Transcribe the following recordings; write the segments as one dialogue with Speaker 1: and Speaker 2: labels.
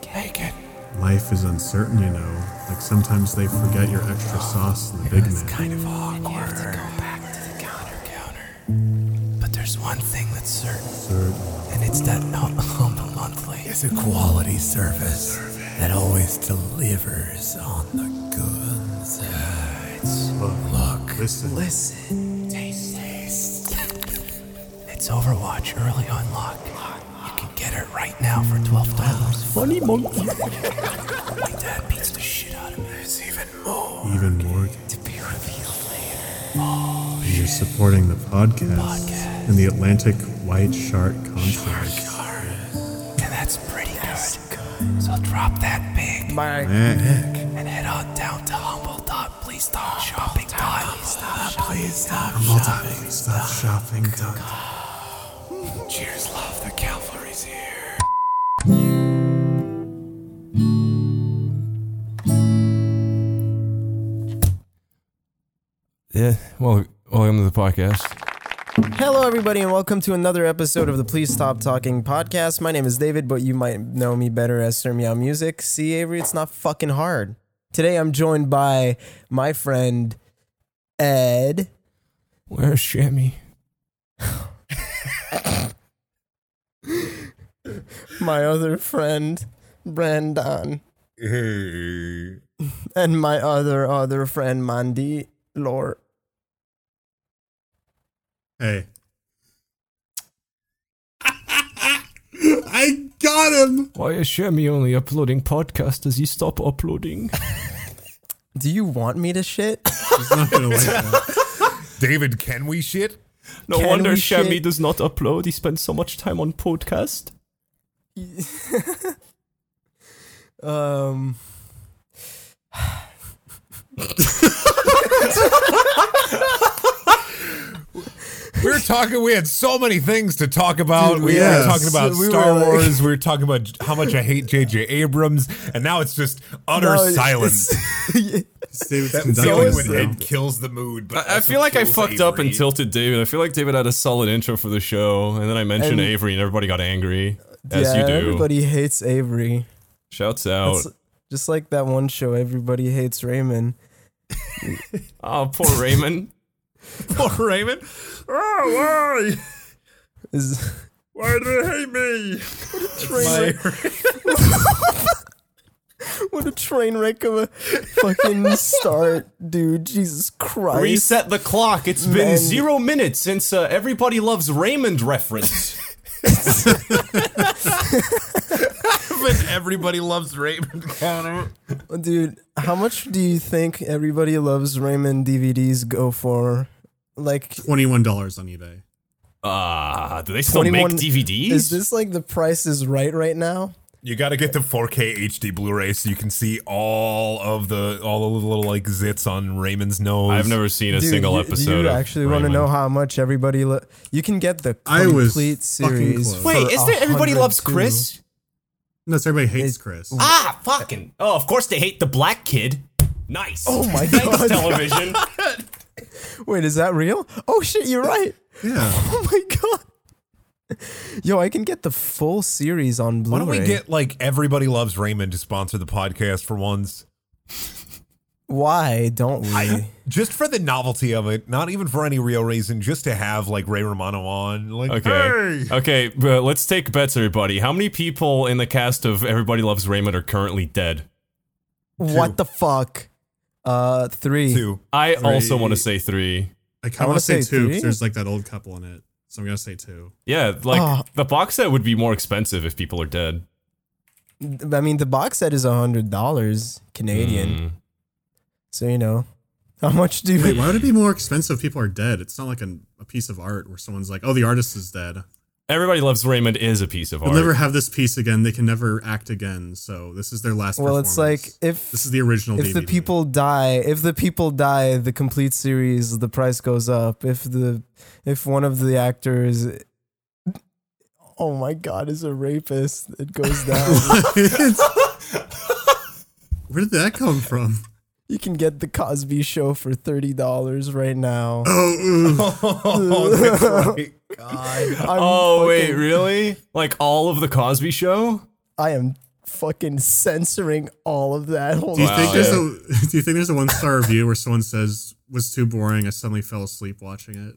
Speaker 1: Take it.
Speaker 2: Life is uncertain, you know. Like sometimes they forget your extra sauce in the Big
Speaker 1: It's
Speaker 2: Mac.
Speaker 1: kind of awkward. You have to go back to the counter counter. But there's one thing that's certain,
Speaker 2: Certain.
Speaker 1: and it's that humble monthly.
Speaker 3: It's a quality service that always delivers on the goods.
Speaker 2: Look. Listen.
Speaker 1: Listen. Taste. Taste. It's Overwatch early unlock. You can get it right now for twelve dollars. Funny monkey. Wait, that beats the shit out of me. There's even more
Speaker 2: Even more.
Speaker 1: to be revealed later.
Speaker 2: You're supporting the podcast, and the Atlantic White Shark Conference.
Speaker 1: And that's pretty good. So drop that big and head on down to humble dot please stop shopping dot stop please stop
Speaker 2: Shopping. Stop shopping.
Speaker 1: Cheers, love. The cavalry's here.
Speaker 3: Yeah, well, welcome to the podcast.
Speaker 4: Hello, everybody, and welcome to another episode of the Please Stop Talking podcast. My name is David, but you might know me better as Sir Meow Music. See, Avery, it's not fucking hard. Today, I'm joined by my friend Ed.
Speaker 3: Where's Shemmy?
Speaker 4: my other friend Brandon, and my other other friend Mandy Lore.
Speaker 2: Hey. I got him.
Speaker 3: Why is Shemmy only uploading podcasts? Does he stop uploading?
Speaker 4: Do you want me to shit?
Speaker 2: He's not gonna like that.
Speaker 5: David, can we shit?
Speaker 3: No
Speaker 4: Can
Speaker 3: wonder
Speaker 4: we
Speaker 3: Shemmy
Speaker 4: shit?
Speaker 3: does not upload. He spends so much time on podcast.
Speaker 4: Um.
Speaker 5: We were talking. We had so many things to talk about. we
Speaker 2: yes.
Speaker 5: were talking about
Speaker 4: We were
Speaker 5: Star
Speaker 4: like-
Speaker 5: Wars. We were talking about how much I hate J.J. Abrams, and now it's just utter
Speaker 4: No, it's-
Speaker 5: silence.
Speaker 2: David's
Speaker 5: That
Speaker 2: conducting
Speaker 5: feeling when
Speaker 2: himself.
Speaker 5: Ed kills the mood. But
Speaker 6: I I
Speaker 5: also
Speaker 6: feel like I
Speaker 5: kills
Speaker 6: fucked up
Speaker 5: Avery.
Speaker 6: and tilted David. I feel like David had a solid intro for the show, and then I mentioned
Speaker 4: And-
Speaker 6: Avery, and everybody got angry, as
Speaker 4: yeah,
Speaker 6: you do.
Speaker 4: everybody hates Avery.
Speaker 6: Shouts out!
Speaker 4: That's- Just like that one show, everybody hates Raymond.
Speaker 6: Oh, poor Raymond.
Speaker 5: Poor Raymond. Oh,
Speaker 4: Is
Speaker 5: why? Why do they hate me?
Speaker 4: train wreck. what a train wreck of a fucking start, dude. Jesus Christ.
Speaker 6: Reset the clock. It's been
Speaker 4: Man.
Speaker 6: zero minutes since uh, everybody loves Raymond reference.
Speaker 5: But everybody loves Raymond counter.
Speaker 4: Dude, how much do you think everybody loves Raymond DVDs go for? Like
Speaker 2: Twenty-one dollars on eBay.
Speaker 6: Ah, do they still make
Speaker 4: 21
Speaker 6: DVDs?
Speaker 4: is this like the price is right right now?
Speaker 5: You got to get the 4K HD Blu-ray so you can see all of the all the little like zits on Raymond's nose.
Speaker 6: I've never seen a
Speaker 4: Dude,
Speaker 6: single
Speaker 4: you,
Speaker 6: episode.
Speaker 4: Do you
Speaker 6: of
Speaker 4: actually want to
Speaker 6: Raymond.
Speaker 4: know how much everybody lo- you can get the
Speaker 2: I was
Speaker 4: complete
Speaker 2: fucking
Speaker 4: series.
Speaker 2: close.
Speaker 4: for
Speaker 6: Wait, is there everybody loves
Speaker 4: 102.
Speaker 6: Chris?
Speaker 2: No, so everybody hates Chris.
Speaker 6: Ah, fucking. Oh, of course they hate the black kid. Nice.
Speaker 4: Oh my
Speaker 6: Thanks,
Speaker 4: God.
Speaker 6: television.
Speaker 4: Wait, is that real? Oh shit, you're right.
Speaker 2: Yeah.
Speaker 4: Oh my god. Yo, I can get the full series on Blu-ray.
Speaker 5: Why don't we get like everybody loves Raymond to sponsor the podcast for once?
Speaker 4: Why don't we?
Speaker 5: Just for the novelty of it, not even for any real reason, just to have like Ray Romano on. Like,
Speaker 6: Okay. Uh,
Speaker 5: hey!
Speaker 6: Okay, but let's take bets, everybody. How many people in the cast of Everybody Loves Raymond are currently dead?
Speaker 4: what the fuck? Uh, three.
Speaker 5: Two.
Speaker 6: I also
Speaker 2: Three.
Speaker 6: want to say three.
Speaker 2: I kind
Speaker 4: wanna
Speaker 2: of say
Speaker 4: say
Speaker 2: two
Speaker 4: three.
Speaker 2: because there's like that old couple in it. So I'm gonna say two.
Speaker 6: Yeah, like
Speaker 4: Ah.
Speaker 6: the box set would be more expensive if people are dead.
Speaker 4: I mean, the box set is a hundred dollars Canadian,
Speaker 6: Mm.
Speaker 4: so you know how much do
Speaker 2: Wait,
Speaker 4: we?
Speaker 2: why would it be more expensive if people are dead? It's not like a, a piece of art where someone's like, oh, the artist is dead.
Speaker 6: Everybody Loves Raymond is a piece of
Speaker 2: They'll
Speaker 6: art.
Speaker 2: never have this piece again. They can never act again. So this is their last
Speaker 4: Well, it's like
Speaker 2: performance.
Speaker 4: if
Speaker 2: This is the original
Speaker 4: if the
Speaker 2: DVD.
Speaker 4: people die, if the people die, the complete series, the price goes up. If the if one of the actors, oh my god, is a rapist, it goes down.
Speaker 2: Where did that come from?
Speaker 4: you can get the Cosby Show for thirty dollars right now.
Speaker 2: Oh,
Speaker 5: Oh, that's right. God.
Speaker 4: I'm
Speaker 6: oh, wait,
Speaker 4: fucking-
Speaker 6: really? Like all of the Cosby show?
Speaker 4: I am fucking censoring all of that. Holy
Speaker 2: Do you think
Speaker 6: Wow,
Speaker 2: there's a Do you think there's a one star review where someone says was too boring? I suddenly fell asleep watching it.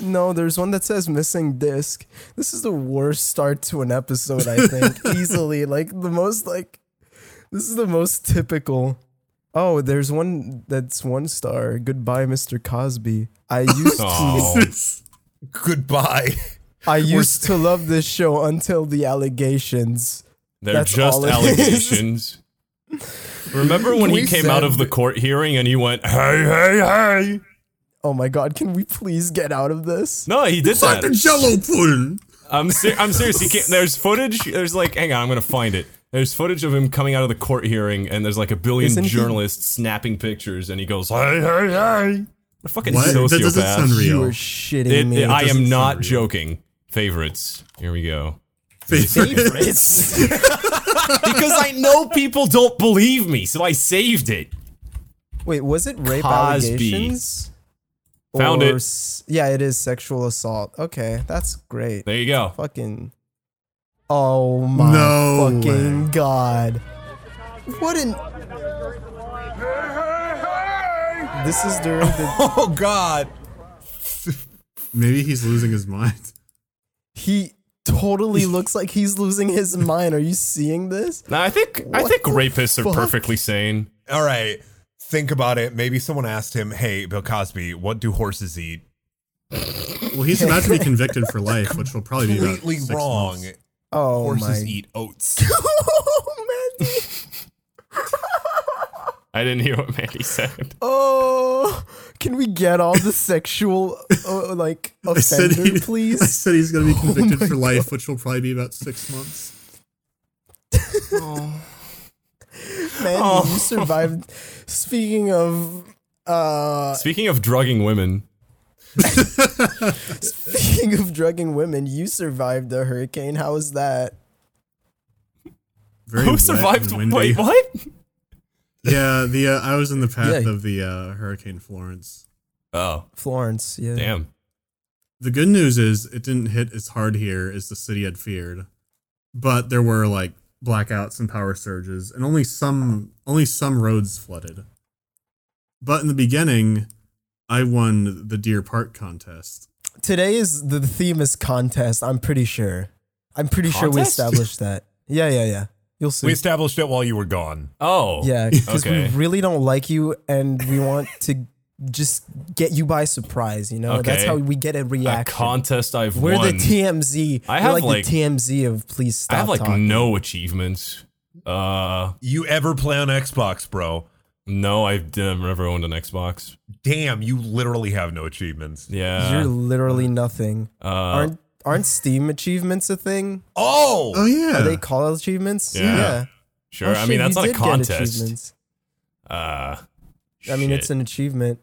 Speaker 4: No, there's one that says missing disc. This is the worst start to an episode, I think. Easily. Like the most like this is the most typical. Oh, there's one that's one star. Goodbye, Mr. Cosby. I used to
Speaker 6: Oh,
Speaker 5: Goodbye.
Speaker 4: I used to love this show until the allegations.
Speaker 6: Oh, they're
Speaker 4: That's
Speaker 6: just
Speaker 4: all it is.
Speaker 6: allegations. Remember when he
Speaker 4: We
Speaker 6: came out
Speaker 4: said-
Speaker 6: of the court hearing and he went, "Hey, hey, hey!"
Speaker 4: Oh my god, can we please get out of this?
Speaker 6: No, he did that.
Speaker 2: Jello pudding.
Speaker 6: I'm ser- I'm serious. He can't, there's footage. There's like, hang on, I'm gonna find it. There's footage of him coming out of the court hearing, and there's like a 1000000000
Speaker 4: Isn't he-
Speaker 6: journalists snapping pictures, and he goes, "Hey, hey, hey!" A fucking
Speaker 2: What? That
Speaker 6: sociopath.
Speaker 2: doesn't sound
Speaker 4: You are
Speaker 2: real.
Speaker 4: shitting
Speaker 6: It-
Speaker 4: me.
Speaker 6: it- I am
Speaker 2: doesn't
Speaker 6: not
Speaker 2: sound real.
Speaker 6: joking. Favorites. Here we go.
Speaker 4: It's-
Speaker 6: Because I know people don't believe me, so I saved it.
Speaker 4: Wait, was it rape
Speaker 6: Cosby.
Speaker 4: allegations?
Speaker 6: Found it.
Speaker 4: s- Yeah, it is sexual assault. Okay, that's great.
Speaker 6: There you go.
Speaker 4: fucking oh my
Speaker 2: No
Speaker 4: fucking god what an this is during the
Speaker 5: Oh God.
Speaker 2: Maybe he's losing his mind.
Speaker 4: he totally looks like he's losing his mind are you seeing this
Speaker 6: Now I think I
Speaker 4: What
Speaker 6: think
Speaker 4: the
Speaker 6: rapists are
Speaker 4: fuck?
Speaker 6: perfectly sane.
Speaker 5: All right. Think about it. Maybe someone asked him, "Hey, Bill Cosby, what do horses eat?"
Speaker 2: Well, he's about to be convicted for life, which will probably be about
Speaker 5: Completely
Speaker 2: six
Speaker 5: wrong.
Speaker 2: months.
Speaker 4: oh
Speaker 5: Horses
Speaker 4: my
Speaker 6: e-
Speaker 5: eat oats.
Speaker 4: oh man
Speaker 6: I didn't hear what Mandy said.
Speaker 4: oh can we get all the sexual uh, like
Speaker 2: I said,
Speaker 4: offender
Speaker 2: he- I
Speaker 4: please Oh
Speaker 2: said he's going to be convicted for life, which will probably be about six months.
Speaker 4: man
Speaker 2: Oh.
Speaker 4: you survived speaking of uh
Speaker 6: Speaking of drugging women,
Speaker 4: Speaking of drugging women, you survived the hurricane. How was that?
Speaker 2: Very wet
Speaker 6: who
Speaker 2: and
Speaker 6: survived?
Speaker 2: windy.
Speaker 6: Wait, what?
Speaker 2: Yeah, the uh, I was in the path
Speaker 4: Yeah.
Speaker 2: of the uh, Hurricane Florence.
Speaker 6: Oh,
Speaker 4: Florence, yeah.
Speaker 6: damn.
Speaker 2: The good news is it didn't hit as hard here as the city had feared, but there were like blackouts and power surges, and only some only some roads flooded. But in the beginning, I won the Deer Park contest.
Speaker 4: Today is the theme is contest, I'm pretty sure. I'm pretty sure we
Speaker 6: Contest?
Speaker 4: established that. Yeah, yeah, yeah. You'll see.
Speaker 5: We established it while you were gone.
Speaker 6: Oh,
Speaker 4: yeah, because
Speaker 6: Okay.
Speaker 4: we really don't like you and we want to just get you by surprise, you know? That's
Speaker 6: Okay.
Speaker 4: how we get a
Speaker 6: A
Speaker 4: reaction.
Speaker 6: contest I've
Speaker 4: We're
Speaker 6: won.
Speaker 4: the TMZ.
Speaker 6: I
Speaker 4: We're
Speaker 6: have,
Speaker 4: like,
Speaker 6: like-
Speaker 4: the TMZ of please
Speaker 6: I
Speaker 4: stop.
Speaker 6: have like
Speaker 4: talking.
Speaker 6: no achievements. Uh,
Speaker 5: You ever play on Xbox, bro?
Speaker 6: no, I didn't ever owned an Xbox.
Speaker 5: Damn, you literally have no achievements.
Speaker 6: Yeah.
Speaker 4: You're literally nothing.
Speaker 6: uh,
Speaker 4: aren't aren't Steam achievements a thing?
Speaker 5: Oh,
Speaker 2: Oh yeah,
Speaker 4: Are they call achievements?
Speaker 6: Yeah. sure.
Speaker 4: Oh,
Speaker 6: I
Speaker 4: shit,
Speaker 6: mean,
Speaker 4: you
Speaker 6: that's not a
Speaker 4: did get
Speaker 6: contest.
Speaker 4: achievements.
Speaker 6: Uh,
Speaker 4: I mean, it's
Speaker 6: shit.
Speaker 4: an achievement.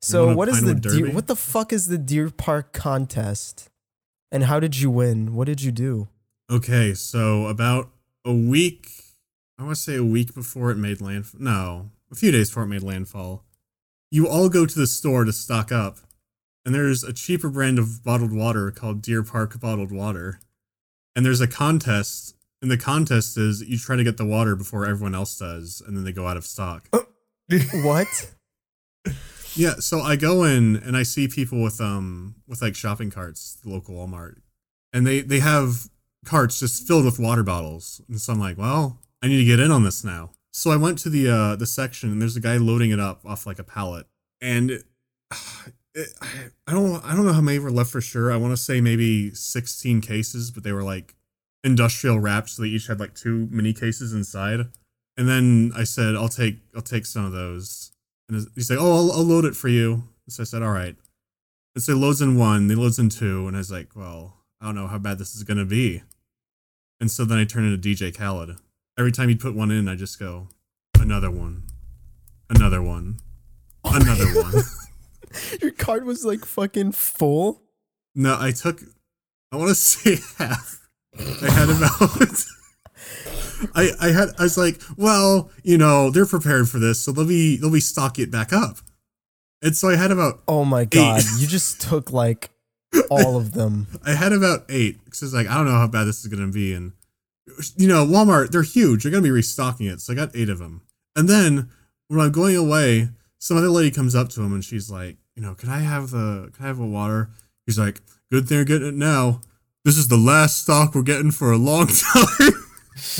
Speaker 4: So,
Speaker 2: won a
Speaker 4: what is the
Speaker 2: Pinewood
Speaker 4: deer,
Speaker 2: Derby?
Speaker 4: what the fuck is the Deer Park contest? And how did you win? What did you do?
Speaker 2: Okay, so about a week, I want to say a week before it made landfall. No, a few days before it made landfall, you all go to the store to stock up, and there's a cheaper brand of bottled water called Deer Park bottled water, and there's a contest. And the contest is you try to get the water before everyone else does, and then they go out of stock.
Speaker 4: What?
Speaker 2: Yeah, so I go in and I see people with um with like shopping carts, the local Walmart, and they they have carts just filled with water bottles, and so I'm like, well, I need to get in on this now. So I went to the uh the section and there's a guy loading it up off like a pallet, and it, it, I- I don't I don't know how many were left for sure. I want to say maybe 16 cases, but they were like industrial wrapped, so they each had like two mini cases inside. And then I said, I'll take I'll take some of those. And he's like, "Oh, I'll, I'll load it for you." So I said, "All right." And so he loads in one, then he loads in two, and I was like, "Well, I don't know how bad this is gonna be." And so then I turned into DJ Khaled. Every time he'd put one in, I just go, "Another one, another one, another one."
Speaker 4: Your card was like fucking full.
Speaker 2: No, I took, I want to say half. I had about. I, I had I was like, well, you know, they're prepared for this, so let me let me stock it back up. And so I had about
Speaker 4: Oh my god, you just took like all of them.
Speaker 2: I had about eight because it's like I don't know how bad this is gonna be, and you know Walmart they're huge. They're gonna be restocking it, so I got eight of them. And then when I'm going away, some other lady comes up to him and she's like, you know, can I have the can I have a water? He's like, good thing you're getting it now. This is the last stock we're getting for a long time.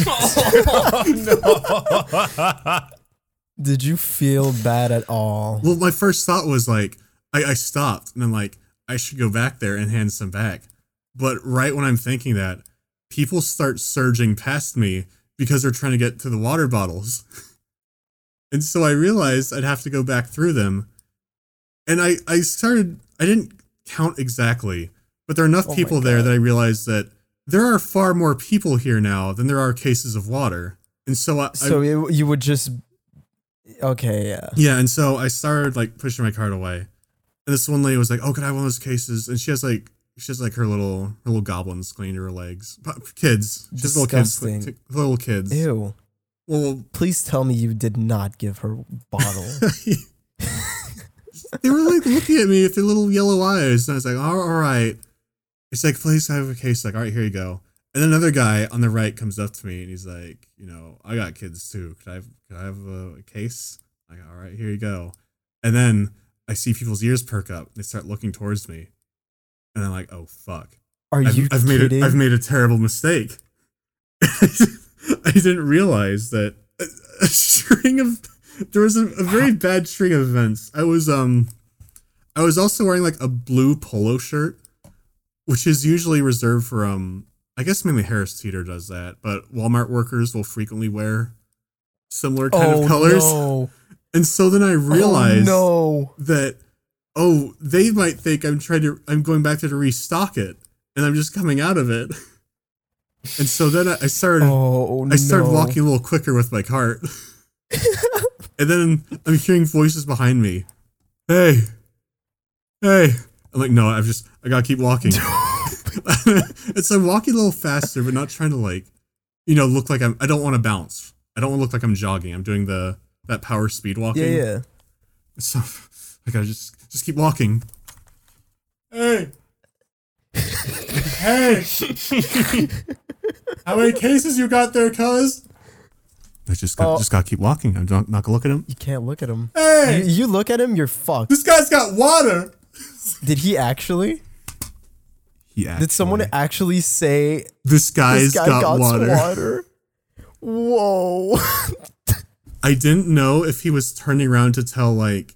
Speaker 4: Did you feel bad at all?
Speaker 2: well, my first thought was like, I, I stopped and I'm like, I should go back there and hand some back. But right when I'm thinking that, people start surging past me because they're trying to get to the water bottles. and so I realized I'd have to go back through them. And I, I started, I didn't count exactly, but there are enough
Speaker 4: Oh my
Speaker 2: people there
Speaker 4: God.
Speaker 2: that I realized that there are far more people here now than there are cases of water. And so I, I
Speaker 4: So you, you would just Okay, yeah.
Speaker 2: yeah, and so I started like pushing my card away, and this one lady was like, "Oh, can I have one of those cases?" And she has like she has like her little her little goblins clinging to her legs, P- kids, just little kids,
Speaker 4: Disgusting.
Speaker 2: t- little kids.
Speaker 4: Ew.
Speaker 2: Well,
Speaker 4: Please tell me you did not give her bottle.
Speaker 2: they were like looking at me with their little yellow eyes, and I was like, "All all right." It's like, "Please have a case." Like, "All right, here you go." And then another guy on the right comes up to me and he's like, "You know, I got kids too. Could I have, could I have a case?" Like, "All right, here you go." And then I see people's ears perk up. They start looking towards me, and I'm like, "Oh fuck!
Speaker 4: Are
Speaker 2: I've,
Speaker 4: you
Speaker 2: I've made
Speaker 4: kidding?
Speaker 2: a, I've made a terrible mistake." I didn't realize that a, a string of there was a, a very bad string of events. I was um, I was also wearing like a blue polo shirt, which is usually reserved for um, I guess mainly Harris Teeter does that, but Walmart workers will frequently wear similar kind
Speaker 4: oh,
Speaker 2: of colors.
Speaker 4: No.
Speaker 2: And so then I
Speaker 4: Oh,
Speaker 2: realized
Speaker 4: no.
Speaker 2: that oh they might think i'm trying to i'm going back there to restock it and i'm just coming out of it and so then i, I started
Speaker 4: Oh,
Speaker 2: i started
Speaker 4: no.
Speaker 2: walking a little quicker with my cart and then i'm hearing voices behind me hey hey i'm like no i've just i gotta keep walking and so i'm walking a little faster but not trying to like you know look like i'm i don't want to bounce i don't want to look like i'm jogging i'm doing the that power speed walking
Speaker 4: Yeah, yeah.
Speaker 2: so I gotta just just keep walking. Hey. hey. How many cases you got there, cuz? I just got,
Speaker 4: Oh.
Speaker 2: just gotta keep walking. I'm not, not gonna look at him.
Speaker 4: You can't look at him.
Speaker 2: Hey!
Speaker 4: You, you look at him, you're fucked.
Speaker 2: This guy's got water.
Speaker 4: Did he actually?
Speaker 2: He actually,
Speaker 4: Did someone actually say
Speaker 2: This guy's
Speaker 4: this guy
Speaker 2: got,
Speaker 4: got
Speaker 2: water.
Speaker 4: water? Whoa.
Speaker 2: I didn't know if he was turning around to tell like.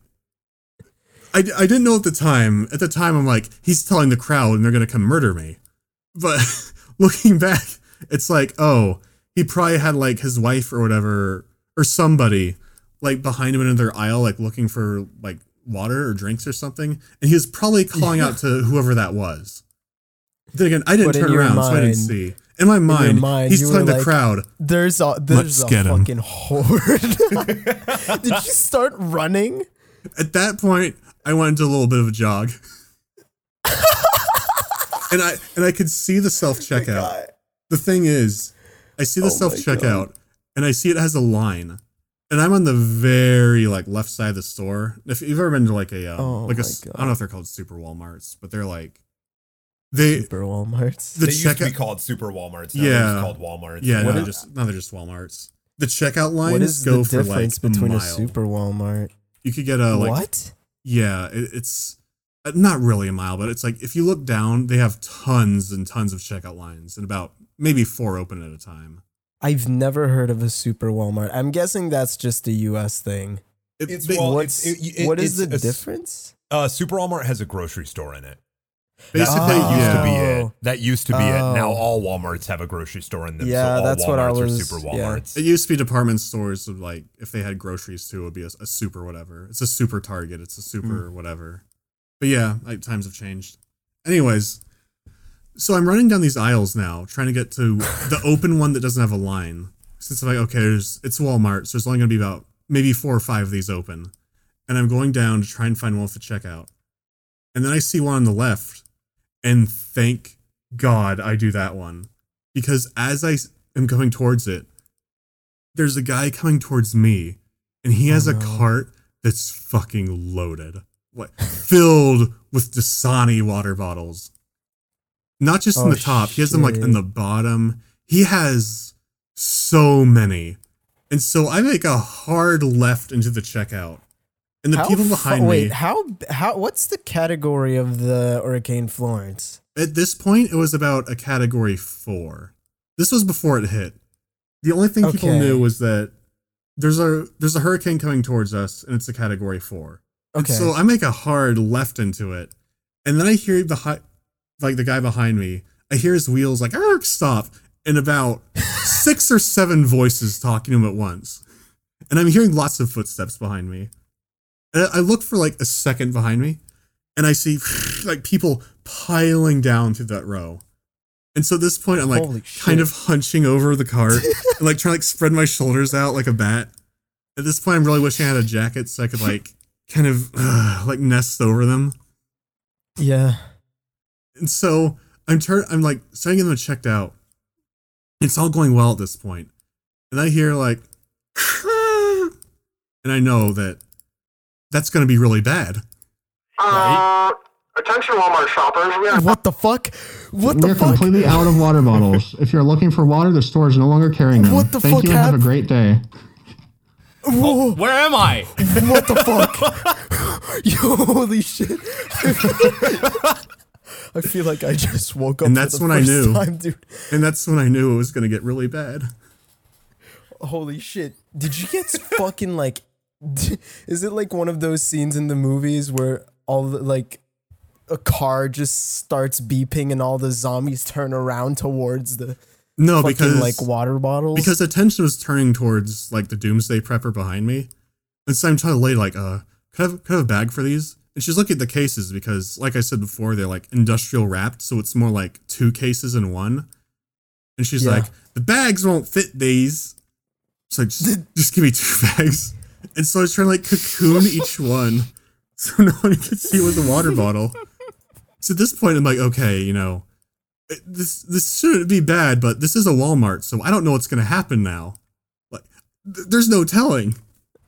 Speaker 2: I, I didn't know at the time. At the time, I'm like, he's telling the crowd and they're going to come murder me. But looking back, it's like, oh, he probably had like his wife or whatever, or somebody like behind him in another aisle, like looking for like water or drinks or something. And he was probably calling out to whoever that was. Then again, I didn't
Speaker 4: But in
Speaker 2: turn
Speaker 4: your
Speaker 2: around, so I didn't
Speaker 4: mind-
Speaker 2: see. In my mind,
Speaker 4: mind, you
Speaker 2: he's
Speaker 4: were
Speaker 2: telling the
Speaker 4: like-
Speaker 2: crowd,
Speaker 4: There's a
Speaker 2: Let's
Speaker 4: there's a
Speaker 2: get 'em.
Speaker 4: fucking horde. Did you start running?
Speaker 2: at that point, I went into a little bit of a jog. and I and I could see the self
Speaker 4: Oh
Speaker 2: checkout. The thing is, I see the self checkout and I see it has a line. And I'm on the very like left side of the store. If you've ever been to like a um,
Speaker 4: Oh
Speaker 2: like a
Speaker 4: my
Speaker 2: s- I
Speaker 4: God.
Speaker 2: don't know if they're called super Walmarts, but they're like they
Speaker 4: Super Walmarts.
Speaker 2: the
Speaker 5: they used to be
Speaker 2: checkout
Speaker 5: called Super Walmarts.
Speaker 2: now they're just Yeah.
Speaker 5: called
Speaker 2: called
Speaker 5: Walmarts.
Speaker 2: yeah now
Speaker 4: What
Speaker 2: they're
Speaker 4: i-
Speaker 2: just now they're just WalMarts. The checkout
Speaker 4: What
Speaker 2: lines
Speaker 4: is
Speaker 2: go
Speaker 4: the
Speaker 2: for like
Speaker 4: difference between
Speaker 2: a,
Speaker 4: a,
Speaker 2: mile.
Speaker 4: Super Walmart?
Speaker 2: You could get a Uh, like
Speaker 4: what?
Speaker 2: Yeah, it, it's uh, not really a mile, but it's like if you look down, they have tons and tons of checkout lines and about maybe four open at a time.
Speaker 4: I've never heard of a Super Walmart. I'm guessing that's just a US thing.
Speaker 2: It-
Speaker 5: It's
Speaker 2: they-
Speaker 5: Well,
Speaker 4: What's
Speaker 5: it's- it- it-
Speaker 4: what is
Speaker 5: it's
Speaker 4: the
Speaker 5: a s-
Speaker 4: difference?
Speaker 5: Uh, Super Walmart has a grocery store in it.
Speaker 2: basically,
Speaker 5: that
Speaker 4: Oh.
Speaker 5: used to
Speaker 2: yeah.
Speaker 5: be it. That used to be it. Now
Speaker 4: Oh.
Speaker 5: all Walmarts have a grocery store in them.
Speaker 4: Yeah,
Speaker 5: so all
Speaker 4: that's
Speaker 5: Walmarts
Speaker 4: what I
Speaker 5: are
Speaker 4: was-
Speaker 5: Super
Speaker 4: yeah.
Speaker 5: Walmarts.
Speaker 2: It used to be department stores would like if they had groceries too, it would be a, a super whatever. It's a super Target. It's a super whatever. But yeah, like times have changed. Anyways, so I'm running down these aisles now, trying to get to the open one that doesn't have a line. Since I'm like, okay, there's, it's Walmart, so there's only gonna be about maybe four or five of these open, and I'm going down to try and find one with the checkout, and then I see one on the left, and thank God I do that one, because as I s- am going towards it, there's
Speaker 4: Oh,
Speaker 2: a guy coming towards me and he has a cart that's fucking loaded. what filled with Dasani water bottles. Not just in
Speaker 4: Oh,
Speaker 2: the top, he has them like in the bottom. He has so many. And so I make a hard left into the checkout. And the
Speaker 4: How
Speaker 2: people
Speaker 4: fu-
Speaker 2: behind
Speaker 4: wait,
Speaker 2: me
Speaker 4: how how what's the category of the Hurricane Florence?
Speaker 2: at this point it was about a category 4. This was before it hit. The only thing people
Speaker 4: Okay.
Speaker 2: knew was that there's a there's a hurricane coming towards us and it's a category 4. And
Speaker 4: Okay.
Speaker 2: So I make a hard left into it, and then I hear behind, like the guy behind me. I hear his wheels like "Arrgh, stop, and about six or seven voices talking to him at once, and I'm hearing lots of footsteps behind me. And I I look for like a second behind me, and I see like people piling down through that row. And so at this point, I'm like
Speaker 4: Holy
Speaker 2: kind of hunching over the cart and like trying to like spread my shoulders out like a bat. At this point, I'm really wishing I had a jacket so I could like kind of uh, like nest over them.
Speaker 4: yeah.
Speaker 2: And so I'm turn I'm like starting to get them checked out. It's all going well at this point. And I hear like and I know that that's gonna be really bad.
Speaker 7: Uh, attention Walmart shoppers, we are
Speaker 4: What the fuck? What
Speaker 8: We
Speaker 4: the
Speaker 8: are
Speaker 4: fuck?
Speaker 8: completely out of water bottles. If you're looking for water, the store is no longer carrying them.
Speaker 4: What the
Speaker 8: Thank
Speaker 4: fuck
Speaker 8: you and have a
Speaker 4: hap-
Speaker 8: great day.
Speaker 4: Whoa,
Speaker 6: Where am I?
Speaker 4: what the fuck? Yo, holy shit. I feel like I just woke up.
Speaker 2: And
Speaker 4: for
Speaker 2: that's
Speaker 4: the
Speaker 2: when I
Speaker 4: first
Speaker 2: knew.
Speaker 4: time, dude.
Speaker 2: And that's when I knew it was gonna get really bad.
Speaker 4: Holy shit. Did you get fucking like is it like one of those scenes in the movies where all the, like a car just starts beeping and all the zombies turn around towards the
Speaker 2: No,
Speaker 4: fucking
Speaker 2: because
Speaker 4: like water bottles?
Speaker 2: because attention was turning towards like the doomsday prepper behind me and so i'm trying to lay like uh could I have, could I have a bag for these and she's looking at the cases because like i said before they're like industrial wrapped so it's more like two cases in one and she's
Speaker 4: Yeah.
Speaker 2: like the bags won't fit these so just, just give me two bags and so i was trying to like cocoon each one so no one could see it was a water bottle so at this point i'm like okay you know it- this this shouldn't be bad, but this is a Walmart, so I don't know what's gonna happen now. Like, th- there's no telling.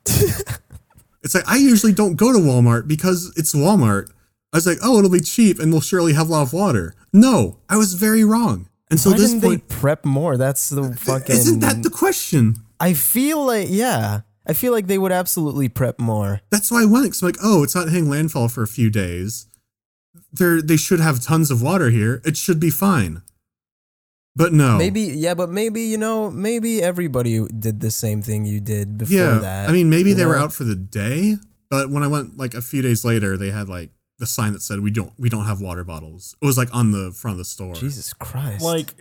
Speaker 2: it's like I usually don't go to Walmart because it's Walmart. I was like, oh, it'll be cheap and they'll surely have a lot of water. No, I was very wrong. And so
Speaker 4: Why
Speaker 2: at this
Speaker 4: didn't
Speaker 2: point,
Speaker 4: they prep more? That's the fucking
Speaker 2: isn't that the question?
Speaker 4: I feel like yeah. I feel like they would absolutely prep more.
Speaker 2: That's why I went. Cause I'm like, oh, it's not hitting landfall for a few days. There, they should have tons of water here. It should be fine. But no,
Speaker 4: Maybe yeah, but maybe you know, maybe everybody did the same thing you did before
Speaker 2: yeah,
Speaker 4: that.
Speaker 2: I mean, maybe
Speaker 4: you
Speaker 2: they were
Speaker 4: know?
Speaker 2: out for the day, but when I went like a few days later, they had like the sign that said we don't we don't have water bottles. It was like on the front of the store.
Speaker 4: Jesus Christ.
Speaker 5: like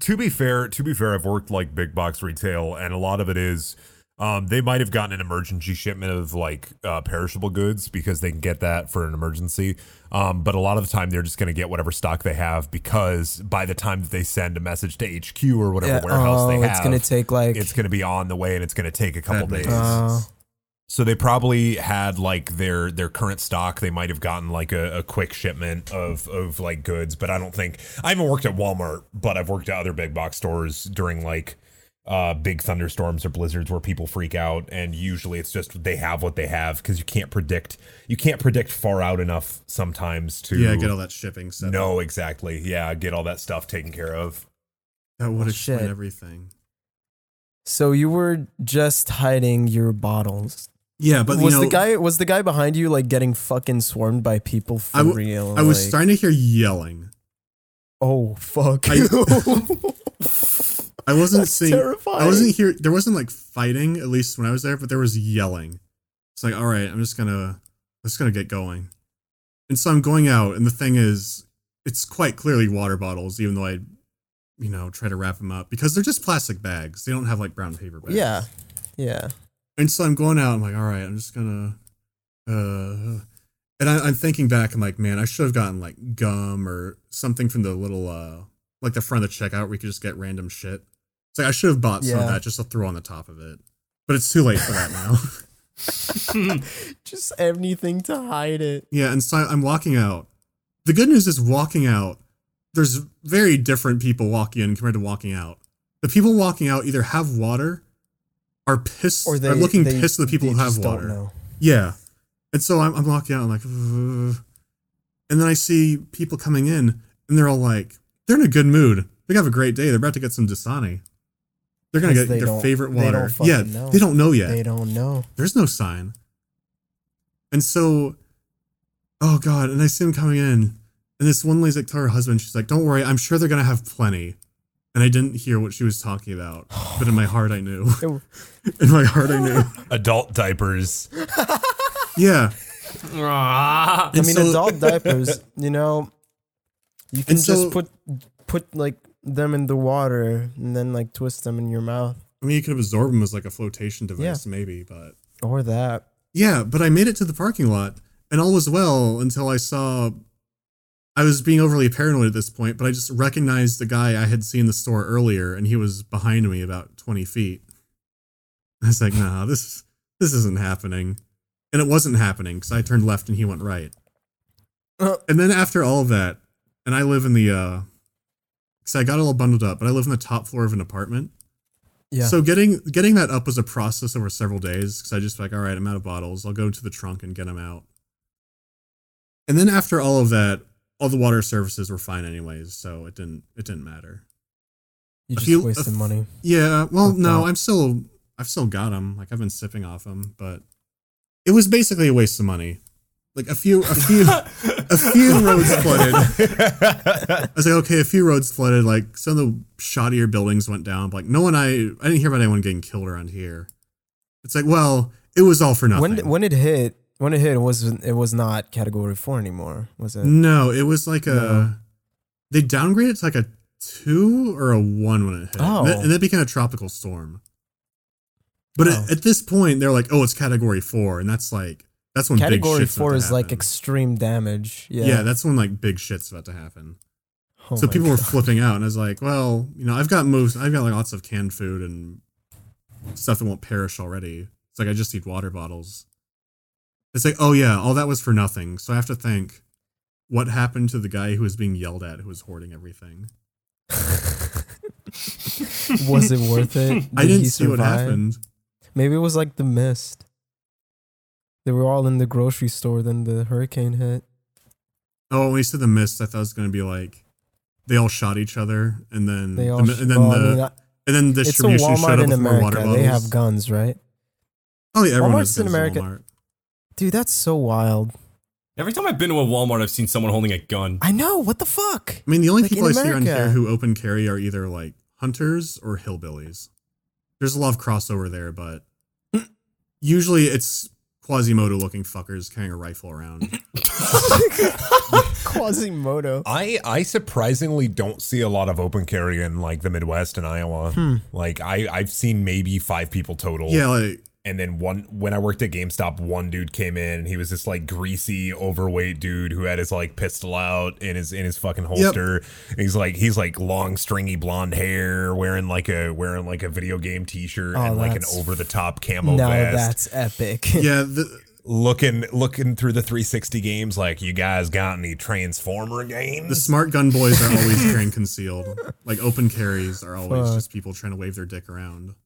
Speaker 5: to be fair to be fair i've worked like big box retail and a lot of it is um, they might have gotten an emergency shipment of like uh, perishable goods because they can get that for an emergency um, but a lot of the time they're just going to get whatever stock they have because by the time that they send a message to hq or whatever
Speaker 4: Yeah,
Speaker 5: warehouse they
Speaker 4: oh,
Speaker 5: have
Speaker 4: it's gonna take, like-
Speaker 5: it's going to be on the way and it's going to take a couple
Speaker 2: That makes
Speaker 5: days
Speaker 4: Uh,
Speaker 5: so they probably had like their their current stock. They might have gotten like a, a quick shipment of of like goods, but I don't think I haven't worked at Walmart, but I've worked at other big box stores during like uh big thunderstorms or blizzards where people freak out and usually it's just they have what they have because you can't predict you can't predict far out enough sometimes to
Speaker 2: yeah, get all that shipping stuff.
Speaker 5: know exactly yeah get all that stuff taken care of
Speaker 2: that would explain
Speaker 4: Oh, shit.
Speaker 2: everything.
Speaker 4: so you were just hiding your bottles.
Speaker 2: Yeah, but you
Speaker 4: was
Speaker 2: know,
Speaker 4: the guy was the guy behind you like getting fucking swarmed by people for
Speaker 2: I, w-
Speaker 4: real?
Speaker 2: I was
Speaker 4: like,
Speaker 2: starting to hear yelling.
Speaker 4: Oh fuck.
Speaker 2: I- I wasn't
Speaker 4: That's
Speaker 2: seeing.
Speaker 4: terrifying.
Speaker 2: I wasn't here. There wasn't like fighting at least when I was there, but there was yelling. It's like, all right, I'm just gonna, just gonna get going. And so I'm going out, and the thing is, it's quite clearly water bottles, even though I, you know, try to wrap them up because they're just plastic bags. They don't have like brown paper bags.
Speaker 4: yeah. Yeah.
Speaker 2: And so I'm going out. I'm like, all right, I'm just gonna. Uh, and I, I'm thinking back. I'm like, man, I should have gotten like gum or something from the little, uh, like the front of the checkout where you could just get random shit. It's like I should have bought some of
Speaker 4: Yeah.
Speaker 2: that just to throw on the top of it. But it's too late for that now.
Speaker 4: Just anything to hide it.
Speaker 2: yeah. And so I'm walking out. The good news is walking out. There's very different people walking in compared to walking out. The people walking out either have water, are pissed,
Speaker 4: Or they
Speaker 2: are looking
Speaker 4: they,
Speaker 2: pissed at the people
Speaker 4: they
Speaker 2: who have
Speaker 4: just don't
Speaker 2: water.
Speaker 4: know.
Speaker 2: Yeah. And so I'm, I'm locked out. I'm like, "Ugh." and then I see people coming in, and they're all like, they're in a good mood. They have a great day. They're about to get some Dasani. They're gonna
Speaker 4: 'Cause
Speaker 2: get
Speaker 4: they
Speaker 2: their
Speaker 4: don't-
Speaker 2: favorite
Speaker 4: they don't
Speaker 2: water.
Speaker 4: fucking
Speaker 2: yeah,
Speaker 4: know.
Speaker 2: they don't know yet.
Speaker 4: They don't know.
Speaker 2: There's no sign. And so, oh god! And I see them coming in, and this one lady's like, to her husband, she's like, "Don't worry, I'm sure they're gonna have plenty." And I didn't hear what she was talking about, but in my heart, I knew. in my heart, I knew.
Speaker 5: Adult diapers.
Speaker 2: Yeah.
Speaker 4: I
Speaker 2: And
Speaker 4: mean,
Speaker 2: so-
Speaker 4: adult diapers. You know, you can
Speaker 2: so-
Speaker 4: just put put like them in the water and then like twist them in your mouth
Speaker 2: I mean, you could absorb them as like a flotation device, maybe, but
Speaker 4: or that.
Speaker 2: yeah. But I made it to the parking lot, and all was well until I saw. I was being overly paranoid at this point, but I just recognized the guy I had seen in the store earlier, and he was behind me about twenty feet. I was like, "Nah, this this isn't happening," and it wasn't happening because I turned left and he went right. And then after all of that, and I live in the, uh, because I got all bundled up, but I live in the top floor of an apartment.
Speaker 4: Yeah.
Speaker 2: So getting getting that up was a process over several days because I just like, all right, I'm out of bottles. I'll go to the trunk and get them out. And then after all of that, all the water services were fine anyways, so it didn't it didn't matter.
Speaker 4: You
Speaker 2: a
Speaker 4: just
Speaker 2: few- a
Speaker 4: wasted
Speaker 2: f-
Speaker 4: money.
Speaker 2: Yeah, well,
Speaker 4: Fucked
Speaker 2: no,
Speaker 4: up.
Speaker 2: I'm still I've still got them. Like I've been sipping off them, but it was basically a waste of money. Like a few a few a few roads flooded. I was like, okay, a few roads flooded. Like some of the shoddier buildings went down. But like no one, I I didn't hear about anyone getting killed around here. It's like, well, it was all for nothing.
Speaker 4: When when it hit, when it hit, it was it was not category four anymore, was it?
Speaker 2: no, it was like a they downgraded it to like a two or a one when it hit,
Speaker 4: Oh.
Speaker 2: and, it, and it became a tropical storm. But at-
Speaker 4: Oh.
Speaker 2: at, this point, they're like, oh, it's category four, and that's like that's when
Speaker 4: Category
Speaker 2: big shit's about
Speaker 4: four
Speaker 2: to
Speaker 4: is like
Speaker 2: happen.
Speaker 4: extreme damage. Yeah.
Speaker 2: yeah, that's when like big shit's about to happen.
Speaker 4: Oh
Speaker 2: so
Speaker 4: my
Speaker 2: people were
Speaker 4: God.
Speaker 2: flipping out, and I was like, "Well, you know, I've got moves. I've got like lots of canned food and stuff that won't perish already. It's like I just need water bottles." It's like, "Oh yeah, all that was for nothing." So I have to think, what happened to the guy who was being yelled at, who was hoarding everything?
Speaker 4: was it worth it?
Speaker 2: I
Speaker 4: Did
Speaker 2: didn't
Speaker 4: he
Speaker 2: see what
Speaker 4: survive?
Speaker 2: happened.
Speaker 4: Maybe it was like the mist. They were all in the grocery store. Then the hurricane hit.
Speaker 2: Oh, when he said the mist, I thought it was going to be like they all shot each other, and then
Speaker 4: They all.
Speaker 2: the, mi-
Speaker 4: sh-
Speaker 2: and then
Speaker 4: well, I
Speaker 2: the
Speaker 4: mean, I-
Speaker 2: and then the
Speaker 4: it's a
Speaker 2: distribution showed
Speaker 4: Walmart
Speaker 2: up
Speaker 4: in
Speaker 2: with more water
Speaker 4: America.
Speaker 2: bottles.
Speaker 4: They have guns, right?
Speaker 2: oh yeah, everyone
Speaker 4: Walmart's
Speaker 2: has
Speaker 4: in
Speaker 2: guns
Speaker 4: America.
Speaker 2: Walmart.
Speaker 4: Dude, that's so wild.
Speaker 6: Every time I've been to a Walmart, I've seen someone holding a gun.
Speaker 4: I know. What the fuck?
Speaker 2: I mean, the only
Speaker 4: Like,
Speaker 2: people I
Speaker 4: in
Speaker 2: see around
Speaker 4: America.
Speaker 2: here who open carry are either like hunters or hillbillies. There's a lot of crossover there, but usually it's Quasimodo looking fuckers carrying a rifle around.
Speaker 4: Quasimodo.
Speaker 5: I I surprisingly don't see a lot of open carry in like the Midwest and Iowa.
Speaker 4: Hmm.
Speaker 5: Like I I've seen maybe five people total.
Speaker 2: yeah, like
Speaker 5: And then one when I worked at GameStop, one dude came in and he was this like greasy, overweight dude who had his like pistol out in his in his fucking holster. And he's like he's like long stringy blonde hair, wearing like a wearing like a video game t shirt
Speaker 4: Oh,
Speaker 5: and like an
Speaker 4: that's-
Speaker 5: over the top camo
Speaker 4: No,
Speaker 5: vest.
Speaker 4: that's epic.
Speaker 2: yeah, the,
Speaker 5: looking looking through the 360 games like you guys got any Transformer games?
Speaker 2: the smart gun boys are always carrying concealed. Like open carries are always just people trying to wave their dick around.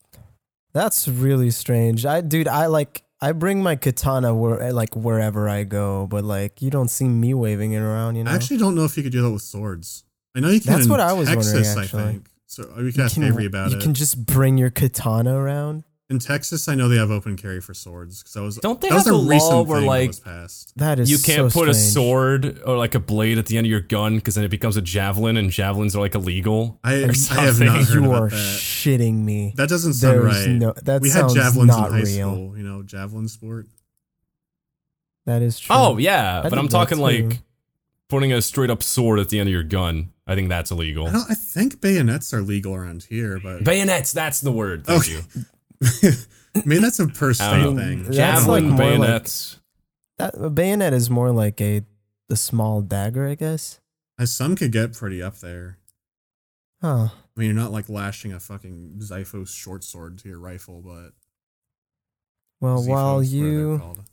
Speaker 4: That's really strange. I dude, I like I bring my katana where like wherever I go, but like you don't see me waving it around, you know.
Speaker 2: I actually don't know if you could do that with swords. I know you can.
Speaker 4: That's
Speaker 2: in
Speaker 4: what I was wondering,
Speaker 2: Texas,
Speaker 4: actually.
Speaker 2: I think. So we can ask Avery about
Speaker 4: you
Speaker 2: it.
Speaker 4: can just bring your katana around.
Speaker 2: in Texas, I know they have open carry for swords. Because I was
Speaker 6: Don't they
Speaker 2: that was
Speaker 6: have
Speaker 2: a
Speaker 6: a law
Speaker 2: recent
Speaker 6: where,
Speaker 2: thing that
Speaker 6: like,
Speaker 2: was passed.
Speaker 4: That is
Speaker 6: you can't
Speaker 4: so
Speaker 6: put a
Speaker 4: strange.
Speaker 6: sword or like a blade at the end of your gun because then it becomes a javelin, and javelins are like illegal.
Speaker 2: I,
Speaker 6: or
Speaker 2: I have
Speaker 6: something.
Speaker 2: not heard
Speaker 4: You
Speaker 2: about
Speaker 4: are
Speaker 2: that.
Speaker 4: shitting me.
Speaker 2: that doesn't sound
Speaker 4: There's
Speaker 2: right.
Speaker 4: no- that
Speaker 2: we had
Speaker 4: sounds
Speaker 2: javelins
Speaker 4: not
Speaker 2: in high
Speaker 4: real.
Speaker 2: school. You know, javelin sport.
Speaker 4: that is true.
Speaker 5: Hmm.
Speaker 6: Oh yeah,
Speaker 4: I
Speaker 6: but I'm
Speaker 4: did that
Speaker 6: talking
Speaker 5: uh,
Speaker 4: too.
Speaker 6: like putting a straight up sword at the end of your gun. I think that's illegal.
Speaker 2: I, don't, I think bayonets are legal around here, but
Speaker 6: Bayonets, that's the word. Thank
Speaker 2: Okay.
Speaker 6: you.
Speaker 2: I mean that's a per
Speaker 6: I
Speaker 2: state
Speaker 6: don't
Speaker 4: know.
Speaker 2: thing.
Speaker 4: Yeah. Um, That's like
Speaker 6: Javelin,
Speaker 4: more like-
Speaker 6: bayonets.
Speaker 4: That a bayonet is more like a the small dagger, I guess.
Speaker 2: Uh, Some could get pretty up there.
Speaker 4: Huh.
Speaker 2: I mean, you're not like lashing a fucking Xiphos short sword to your rifle, but
Speaker 4: Oh, Well,
Speaker 2: Xiphos,
Speaker 4: while
Speaker 2: whatever they're
Speaker 4: you
Speaker 2: called.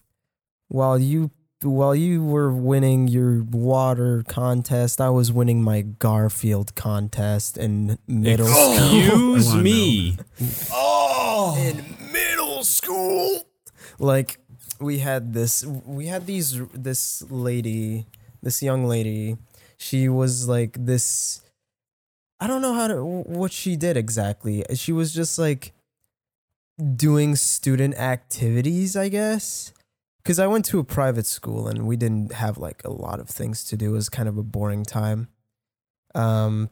Speaker 4: while you while you were winning your water contest, I was winning my Garfield contest in middle school.
Speaker 6: Excuse
Speaker 2: I
Speaker 6: me.
Speaker 5: Oh,
Speaker 4: Like we had this we had these this lady, this young lady. She was like this I don't know how to what she did exactly. She was just like doing student activities, I guess. Cuz I went to a private school and we didn't have like a lot of things to do. It was kind of a boring time. Um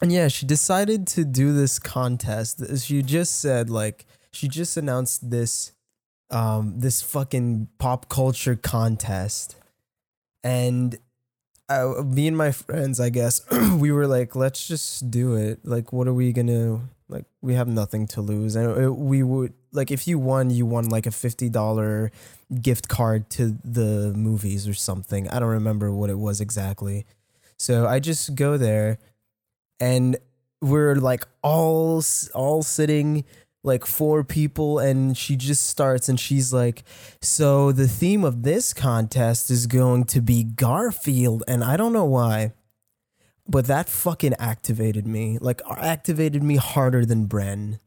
Speaker 4: and yeah, she decided to do this contest. She just said like she just announced this um this fucking pop culture contest. And I, me and my friends, I guess, we were like, let's just do it. Like, what are we gonna like? We have nothing to lose, and it, we would like if you won, you won like a fifty dollar gift card to the movies or something. I don't remember what it was exactly. So I just go there, and we're like all s- all sitting like four people and she just starts and she's like so the theme of this contest is going to be Garfield and I don't know why but that fucking activated me like activated me harder than Bren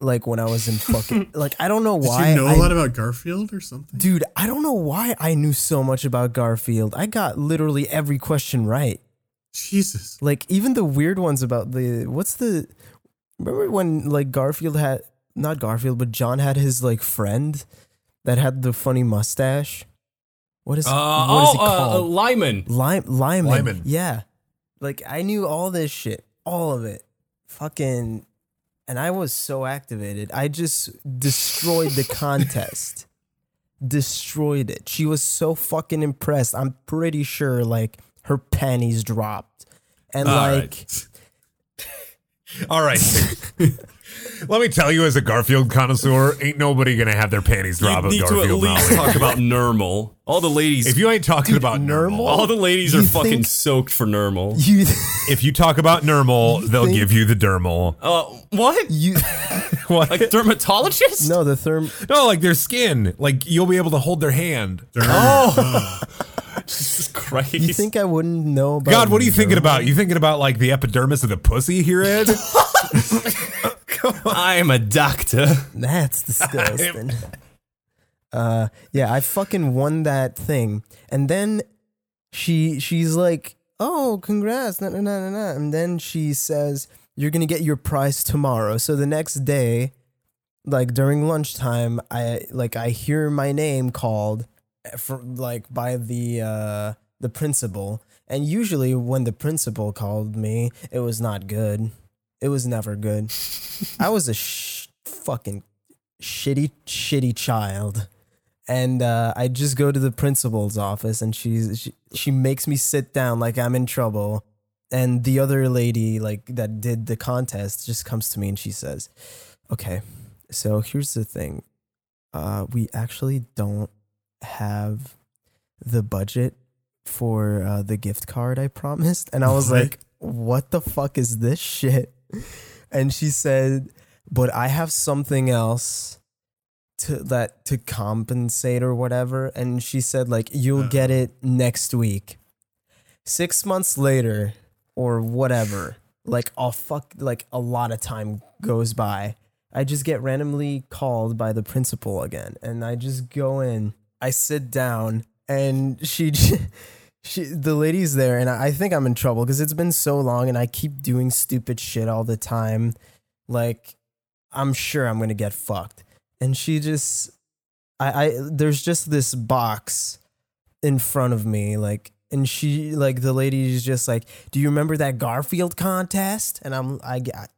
Speaker 4: like when I was in fucking like I don't know
Speaker 2: Did
Speaker 4: why
Speaker 2: you know a
Speaker 4: I-
Speaker 2: lot about Garfield or something?
Speaker 4: dude I don't know why I knew so much about Garfield I got literally every question right
Speaker 2: Jesus.
Speaker 4: like even the weird ones about the what's the remember when like Garfield had not Garfield but John had his like friend that had the funny mustache. What is
Speaker 6: Uh,
Speaker 4: what is he
Speaker 6: oh, uh, uh,
Speaker 4: called?
Speaker 6: Lyman.
Speaker 4: Lime, Lyman.
Speaker 5: Lyman.
Speaker 4: Yeah. Like I knew all this shit, all of it. Fucking and I was so activated. I just destroyed the contest. destroyed it. She was so fucking impressed. I'm pretty sure like her panties dropped. And
Speaker 5: All right.
Speaker 4: like
Speaker 5: All right. Let me tell you, as a Garfield connoisseur, ain't nobody gonna have their panties
Speaker 6: You
Speaker 5: drop at
Speaker 6: need to at
Speaker 5: Garfield
Speaker 6: least
Speaker 5: knowledge.
Speaker 6: talk about Nermal. All the ladies.
Speaker 5: If you ain't talking about
Speaker 4: Nermal?
Speaker 5: Nermal,
Speaker 6: all the ladies
Speaker 4: You
Speaker 6: are fucking
Speaker 4: think-
Speaker 6: soaked for Nermal.
Speaker 4: you
Speaker 5: if you talk about Nermal, they'll
Speaker 4: think-
Speaker 5: give you the dermal.
Speaker 6: Uh, what?
Speaker 4: you
Speaker 5: What?
Speaker 6: Like dermatologist?
Speaker 4: No, the therm
Speaker 5: no, like their skin. Like you'll be able to hold their hand.
Speaker 4: Oh!
Speaker 6: Jesus Christ.
Speaker 4: you think I wouldn't know about
Speaker 5: God, what are you thinking
Speaker 4: derm-
Speaker 5: about? You thinking about like the epidermis of the pussy here, Ed?
Speaker 6: I'm a doctor.
Speaker 4: That's disgusting. uh, yeah, I fucking won that thing, and then she she's like, "Oh, congrats!" Nah, nah, nah, nah, nah. And then she says, "You're gonna get your prize tomorrow." So the next day, like during lunchtime, I like I hear my name called from like by the uh the principal. And usually when the principal called me, it was not good. It was never good. I was a sh- fucking shitty, shitty child. And uh, I just go to the principal's office and she's, she, she makes me sit down like I'm in trouble. And the other lady, like that did the contest, just comes to me and she says, Okay, so here's the thing. Uh, we actually don't have the budget for uh, the gift card I promised. And I was
Speaker 2: What?
Speaker 4: like, What the fuck is this shit? And she said, But I have something else to that to compensate or whatever and she said like you'll get it next week 6 months later or whatever like a fuck like a lot of time goes by i just get randomly called by the principal again and i just go in i sit down and she j- she the lady's there and i I think i'm in trouble cuz it's been so long and i keep doing stupid shit all the time like i'm sure i'm going to get fucked and she just I, I there's just this box in front of me like and she like the lady is just like do you remember that garfield contest and i'm i got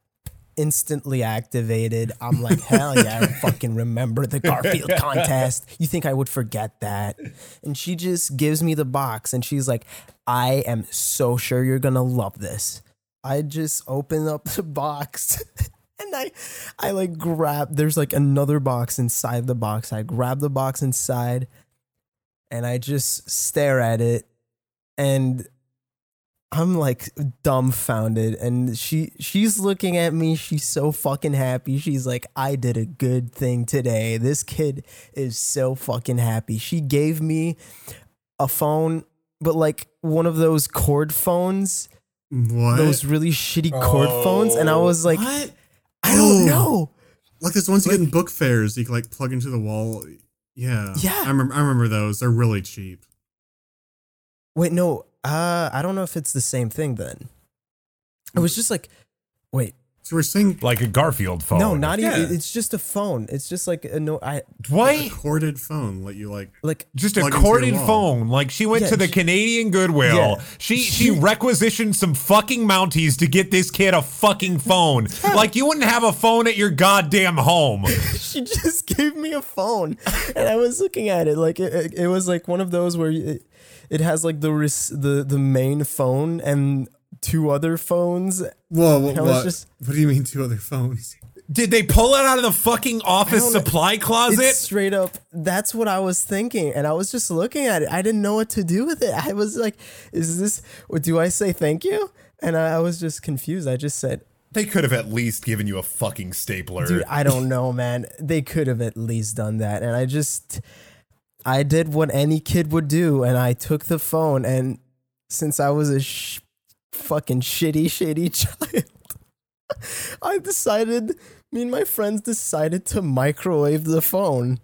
Speaker 4: instantly activated i'm like hell yeah i fucking remember the garfield contest you think i would forget that and she just gives me the box and she's like i am so sure you're gonna love this i just open up the box and I, I like grab. There's like another box inside the box. I grab the box inside, and I just stare at it, and I'm like dumbfounded. And she, she's looking at me. She's so fucking happy. She's like, I did a good thing today. This kid is so fucking happy. She gave me a phone, but like one of those cord phones,
Speaker 2: What? Oh,
Speaker 4: those really shitty cord phones, and I was like.
Speaker 2: what?
Speaker 4: I don't
Speaker 2: Oh.
Speaker 4: know.
Speaker 2: Like those ones you get in book fairs, you can like plug into the wall. Yeah.
Speaker 4: Yeah.
Speaker 2: I remember, I remember those. They're really cheap.
Speaker 4: Wait, no. Uh, I don't know if it's the same thing then. It was just like, wait,
Speaker 2: So we're saying
Speaker 5: like a Garfield phone.
Speaker 4: no, not e-
Speaker 2: yeah.
Speaker 4: even. It's just a phone. It's just like a no. I
Speaker 5: what?
Speaker 2: a corded phone let you like
Speaker 4: like
Speaker 5: Just a
Speaker 2: plug into your
Speaker 5: corded
Speaker 2: wall.
Speaker 5: phone. Like she went
Speaker 4: Yeah,
Speaker 5: to the
Speaker 4: she-
Speaker 5: Canadian Goodwill.
Speaker 4: Yeah.
Speaker 5: She she requisitioned some fucking Mounties to get this kid a fucking phone. like you wouldn't have a phone at your goddamn home.
Speaker 4: she just gave me a phone, and I was looking at it like it, it, it was like one of those where it, it has like the res- the the main phone and two other phones.
Speaker 2: whoa what,
Speaker 4: I was
Speaker 2: what?
Speaker 4: just-
Speaker 2: what do you mean two other phones
Speaker 5: Did they pull it out of the fucking office
Speaker 4: I don't-
Speaker 5: supply closet?
Speaker 4: It's straight up. That's what I was thinking, and I was just looking at it. I didn't know what to do with it. I was like, "Is this? Do I say thank you?" And I, I was just confused. I just said,
Speaker 5: they could have at least given you a fucking stapler.
Speaker 4: Dude, I don't know, man. They could have at least done that. And I just, I did what any kid would do, and I took the phone. And since I was a sh- fucking shitty, shitty child, I decided, me and my friends decided to microwave the phone.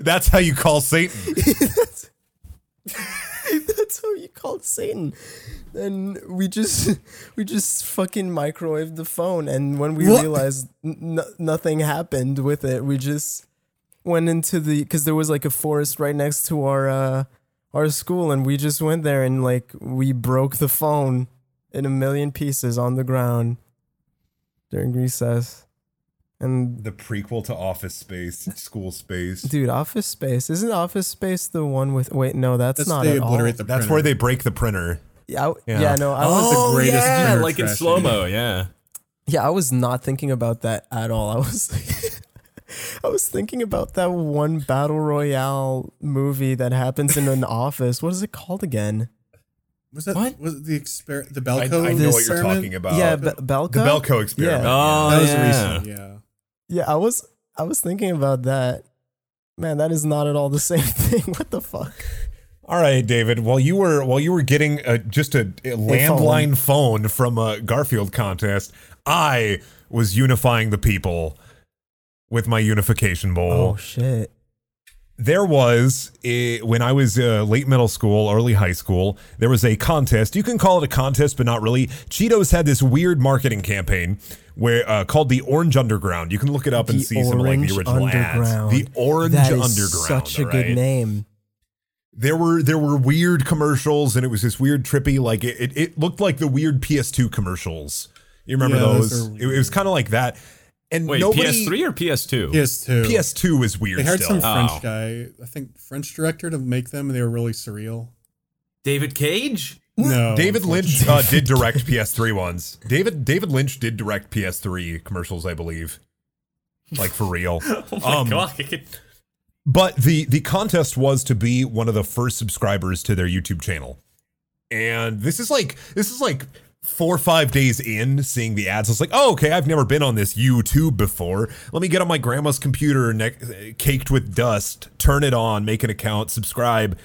Speaker 5: That's how you call Satan.
Speaker 4: that's, that's how you called Satan. And we just we just fucking microwaved the phone, and when we
Speaker 2: What?
Speaker 4: realized n- n- nothing happened with it, we just went into the because there was like a forest right next to our uh, our school, and we just went there and like we broke the phone in a million pieces on the ground during recess. And
Speaker 5: The prequel to Office Space, School Space.
Speaker 4: dude, Office Space isn't Office Space the one with wait no that's,
Speaker 2: that's
Speaker 4: not
Speaker 2: they
Speaker 4: at all.
Speaker 2: obliterate the
Speaker 5: That's
Speaker 2: printer.
Speaker 5: where they break the printer.
Speaker 4: Yeah, I,
Speaker 5: Yeah.
Speaker 4: yeah. no, I was
Speaker 2: Oh, greatest
Speaker 6: yeah,
Speaker 2: printer
Speaker 6: like in
Speaker 2: trash
Speaker 6: slow mo. Yeah.
Speaker 4: yeah, I was not thinking about that at all. I was I was thinking about that one battle royale movie that happens in an office. What is it called again?
Speaker 2: was that
Speaker 6: What?
Speaker 2: was it the exper the
Speaker 5: I, I
Speaker 2: Belco
Speaker 5: know what you're
Speaker 2: experiment?
Speaker 5: talking about.
Speaker 4: yeah, Be- Belka.
Speaker 5: the Belco experiment.
Speaker 4: Yeah.
Speaker 6: Oh,
Speaker 2: that was
Speaker 6: yeah.
Speaker 2: recent yeah
Speaker 4: yeah, I was I was thinking about that. Man, that is not at all the same thing. What the fuck?
Speaker 5: All right, David. While you were while you were getting uh just a, a landline phone. from a Garfield contest, I was unifying the people with my unification bowl.
Speaker 4: Oh shit.
Speaker 5: there was eh, when I was uh, late middle school, early high school. There was a contest. You can call it a contest, but not really. Cheetos had this weird marketing campaign where uh, called the Orange Underground. You can look it up and
Speaker 4: The
Speaker 5: see some of, like
Speaker 4: Orange
Speaker 5: the original ads.
Speaker 4: Underground.
Speaker 5: The Orange
Speaker 4: that is
Speaker 5: Underground.
Speaker 4: such a
Speaker 5: all
Speaker 4: good
Speaker 5: right?
Speaker 4: name.
Speaker 5: there were there were weird commercials and it was this weird trippy like it it, it looked like the weird PS2 commercials. You remember
Speaker 2: Yeah, those
Speaker 5: those?
Speaker 2: are
Speaker 5: It, it was kind of like that. And
Speaker 6: Wait,
Speaker 5: nobody
Speaker 6: PS3 or PS2?
Speaker 2: PS2
Speaker 5: PS2 is weird
Speaker 2: they hired
Speaker 5: still.
Speaker 2: some French
Speaker 6: Oh.
Speaker 2: guy I think French director to make them and they were really surreal
Speaker 6: David Cage?
Speaker 2: no
Speaker 5: David Lynch uh, did direct PS3 ones. David David Lynch did direct PS3 commercials, I believe. Like for real.
Speaker 6: Oh my
Speaker 5: Um,
Speaker 6: god.
Speaker 5: But the the contest was to be one of the first subscribers to their YouTube channel. And this is like this is like four or five days in seeing the ads. I was like, oh, okay, I've never been on this YouTube before. Let me get on my grandma's computer ne- caked with dust, turn it on, make an account, subscribe.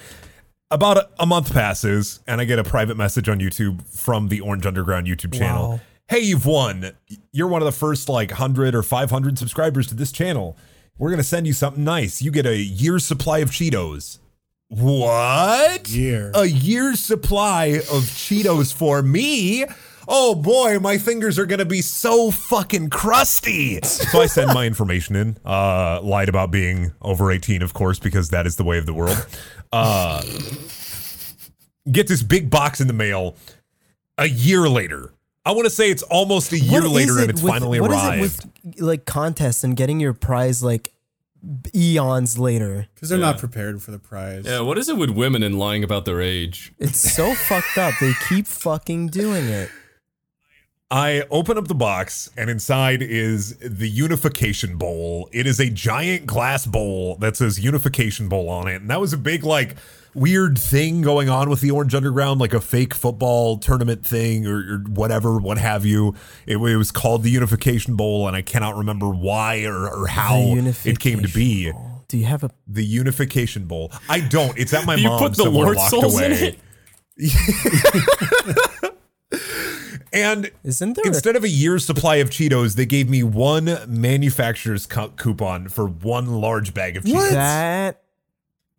Speaker 5: About a, a month passes, and I get a private message on YouTube from the Orange Underground YouTube channel.
Speaker 4: Wow.
Speaker 5: Hey, you've won. You're one of the first like 100 or 500 subscribers to this channel. We're going to send you something nice. You get a year's supply of Cheetos. What?
Speaker 2: Year.
Speaker 5: A year's supply of Cheetos for me? Oh boy, my fingers are gonna be so fucking crusty. So I send my information in. Uh, lied about being over 18, of course, because that is the way of the world. Uh, get this big box in the mail a year later. I want to say it's almost a year
Speaker 4: What is
Speaker 5: later and
Speaker 4: it
Speaker 5: it's
Speaker 4: with-
Speaker 5: finally
Speaker 4: what is
Speaker 5: arrived.
Speaker 4: it with like contests and getting your prize like eons later?
Speaker 2: because they're not prepared for the prize
Speaker 6: Yeah, what is it with women and lying about their age?
Speaker 4: It's so fucked up. They keep fucking doing it.
Speaker 5: I open up the box, and inside is the Unification Bowl. It is a giant glass bowl that says Unification Bowl on it. And that was a big, like, weird thing going on with the Orange Underground, like a fake football tournament thing or, or whatever, what have you. It, wa- it was called the Unification Bowl, and I cannot remember why or, or how Oh, it came to be.
Speaker 4: unification. Do you have a?
Speaker 5: The Unification Bowl. I don't. It's at my
Speaker 6: you
Speaker 5: mom's
Speaker 6: put the
Speaker 5: somewhere
Speaker 6: Lord
Speaker 5: locked
Speaker 6: souls
Speaker 5: away.
Speaker 6: in it?
Speaker 5: And
Speaker 4: Isn't there? a-
Speaker 5: instead of a year's supply of Cheetos, they gave me one manufacturer's co- coupon for one large bag of Cheetos.
Speaker 4: that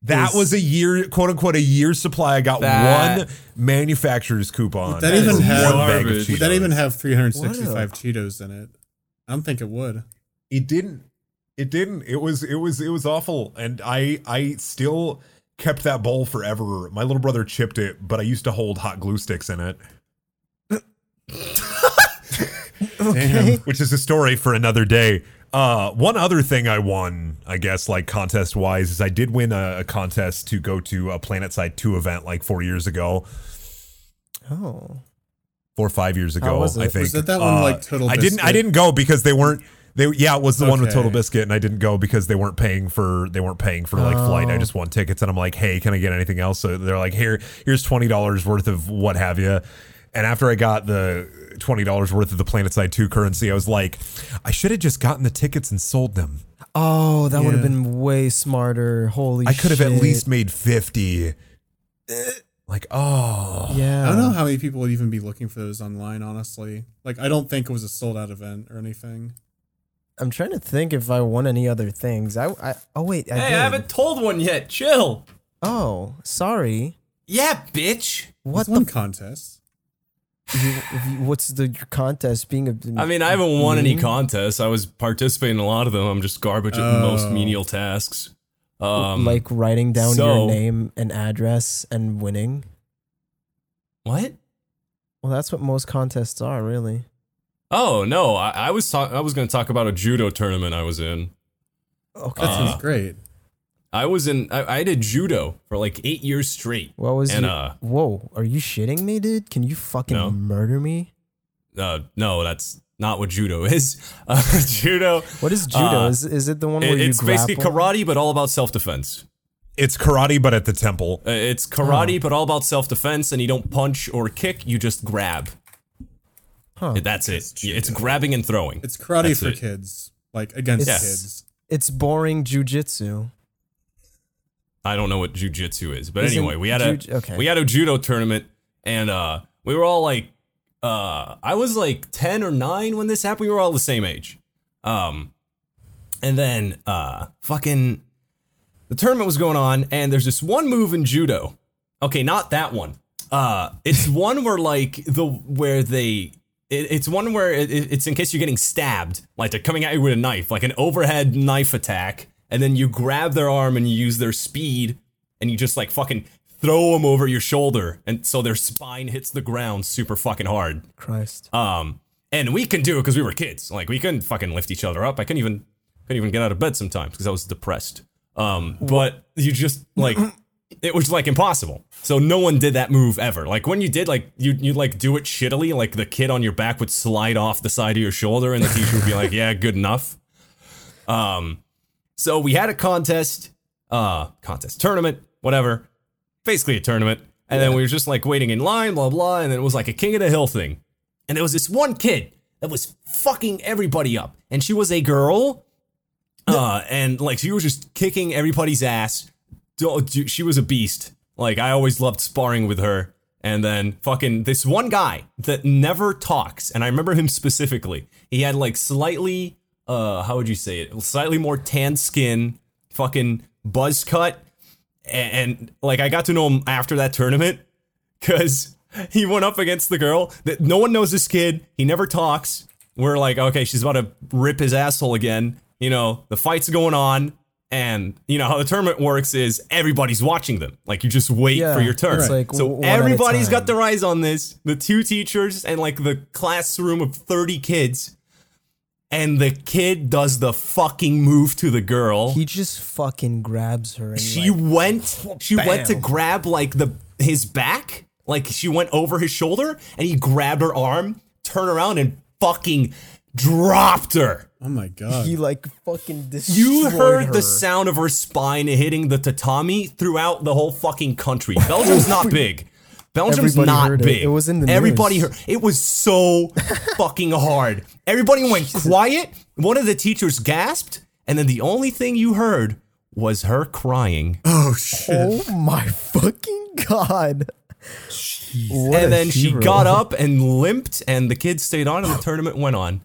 Speaker 5: That
Speaker 4: is-
Speaker 5: was a year, quote unquote, a year's supply. I got
Speaker 6: That-
Speaker 5: one manufacturer's coupon.
Speaker 2: Would that
Speaker 5: for
Speaker 2: even
Speaker 5: one
Speaker 2: have-
Speaker 5: bag of
Speaker 6: Garbage.
Speaker 2: Would that
Speaker 5: Cheetos.
Speaker 2: even have 365
Speaker 4: Wow.
Speaker 2: Cheetos in it? I don't think it would.
Speaker 5: it didn't it didn't it was it was it was awful and i i still kept that bowl forever my little brother chipped it but i used to hold hot glue sticks in it
Speaker 4: okay.
Speaker 5: which is a story for another day uh one other thing i won i guess like contest wise is i did win a, a contest to go to a planet side 2 event like four years ago
Speaker 4: Oh,
Speaker 5: four or five years ago.
Speaker 4: How was
Speaker 5: I
Speaker 4: it?
Speaker 5: think Uh,
Speaker 2: Was it that one, like, Total
Speaker 5: I didn't. I
Speaker 2: Biscuit?
Speaker 5: didn't go because they weren't. They yeah, it was the one with
Speaker 2: Okay.
Speaker 5: Total Biscuit, and I didn't go because they weren't paying for they weren't paying for like flight. I
Speaker 4: Oh.
Speaker 5: just won tickets, and I'm like, hey, can I get anything else? So they're like, here, here's twenty dollars worth of what have you. And after I got the twenty dollars worth of the PlanetSide Two currency, I was like, I should have just gotten the tickets and sold them.
Speaker 4: oh, that would have been way smarter. Holy,
Speaker 5: I could have at
Speaker 4: shit.
Speaker 5: least made fifty.
Speaker 2: Eh.
Speaker 5: Like oh
Speaker 4: Yeah,
Speaker 2: I don't know how many people would even be looking for those online, honestly. Like, I don't think it was a sold out event or anything.
Speaker 4: I'm trying to think if I won any other things. I, I oh wait, I
Speaker 6: Hey, I
Speaker 4: did.
Speaker 6: haven't told one yet. Chill.
Speaker 4: Oh, sorry.
Speaker 6: Yeah, bitch.
Speaker 4: What
Speaker 2: It's one contest.
Speaker 4: the? What's the your contest being? A, Mm-hmm.
Speaker 6: I mean, I haven't won
Speaker 5: Mm-hmm.
Speaker 6: any contests. I was participating in a lot of them. I'm just garbage at
Speaker 5: Oh.
Speaker 6: most menial tasks. Um,
Speaker 4: like writing down
Speaker 6: so-
Speaker 4: your name and address and winning.
Speaker 6: what?
Speaker 4: Well, that's what most contests are, really.
Speaker 6: Oh no, I, I was talk- I was going to talk about a judo tournament I was in.
Speaker 4: Okay.
Speaker 2: That sounds great.
Speaker 6: I was in. I, I did judo for like eight years straight.
Speaker 4: what was
Speaker 6: and
Speaker 4: your-
Speaker 6: uh,
Speaker 4: Whoa, are you shitting me, dude? Can you fucking
Speaker 6: No.
Speaker 4: murder me?
Speaker 6: uh, no, that's not what judo is. Uh, judo.
Speaker 4: What is judo?
Speaker 6: Uh,
Speaker 4: is is it the one where
Speaker 6: It,
Speaker 4: you
Speaker 6: it's basically
Speaker 4: grapple?
Speaker 6: karate, but all about self defense.
Speaker 5: it's karate but at the temple.
Speaker 6: Uh, It's karate,
Speaker 4: Oh.
Speaker 6: but all about self defense, and you don't punch or kick. You just grab.
Speaker 4: Huh.
Speaker 6: That's it. Yeah, It's grabbing and throwing.
Speaker 2: It's karate
Speaker 6: That's
Speaker 2: for
Speaker 6: it.
Speaker 2: kids, like, against
Speaker 6: Yes.
Speaker 2: kids.
Speaker 4: It's boring jujitsu.
Speaker 6: I don't know what jujitsu is, but
Speaker 4: Isn't
Speaker 6: anyway, we had a
Speaker 4: juj- okay.
Speaker 6: we had a judo tournament, and uh, we were all like, uh, I was like ten or nine when this happened. We were all the same age, um, and then uh, fucking the tournament was going on, and there's this one move in judo. Okay, not that one. Uh, it's one where like the where they. It, it's one where it, it- it's in case you're getting stabbed, like they're coming at you with a knife, like an overhead knife attack, and then you grab their arm and you use their speed, and you just like fucking throw them over your shoulder, and so their spine hits the ground super fucking hard.
Speaker 4: Christ.
Speaker 6: Um, and we can do it because we were kids. Like we couldn't fucking lift each other up. I couldn't even couldn't even get out of bed sometimes because I was depressed. Um, but you just like it was like impossible. So no one did that move ever. Like when you did, like you you like do it shittily. Like the kid on your back would slide off the side of your shoulder, and the teacher would be like, "Yeah, good enough." Um, so we had a contest, uh, contest tournament, whatever basically a tournament. And then we were just like waiting in line, blah blah, and then it was like a king of the hill thing. And there was this one kid that was fucking everybody up, and she was a girl, uh, and like she was just kicking everybody's ass. Do- do- She was a beast. Like I always loved sparring with her. And then fucking this one guy that never talks, and I remember him specifically. He had like slightly, uh, how would you say it? Slightly more tan skin, fucking buzz cut, and, and like I got to know him after that tournament because he went up against the girl that no one knows this kid. He never talks. We're like, okay, she's about to rip his asshole again. You know, the fight's going on, and you know how the tournament works is everybody's watching them. Like you just wait
Speaker 4: Yeah,
Speaker 6: for your turn.
Speaker 4: it's like w-
Speaker 6: so
Speaker 4: one at a
Speaker 6: everybody's
Speaker 4: time.
Speaker 6: got their eyes on this. The two teachers and like the classroom of thirty kids. And the kid does the fucking move to the girl
Speaker 4: He just fucking grabs her and
Speaker 6: she
Speaker 4: like,
Speaker 6: went she went to
Speaker 4: bam.
Speaker 6: grab like the his back like she went over his shoulder and he grabbed her arm turned around and fucking dropped her
Speaker 2: Oh my God.
Speaker 4: he like fucking destroyed
Speaker 6: you heard
Speaker 4: her.
Speaker 6: the sound of her spine hitting the tatami throughout the whole fucking country belgium's not big Belgium's
Speaker 4: Everybody
Speaker 6: not
Speaker 4: heard it.
Speaker 6: big.
Speaker 4: It was in the
Speaker 6: Everybody
Speaker 4: news.
Speaker 6: heard. It was so fucking hard. Everybody went quiet. One of the teachers gasped, and then the only thing you heard was her crying.
Speaker 2: oh, shit.
Speaker 4: Oh my fucking god. What a
Speaker 6: and then she
Speaker 4: hero.
Speaker 6: got up and limped, and the kids stayed on, and the tournament went on.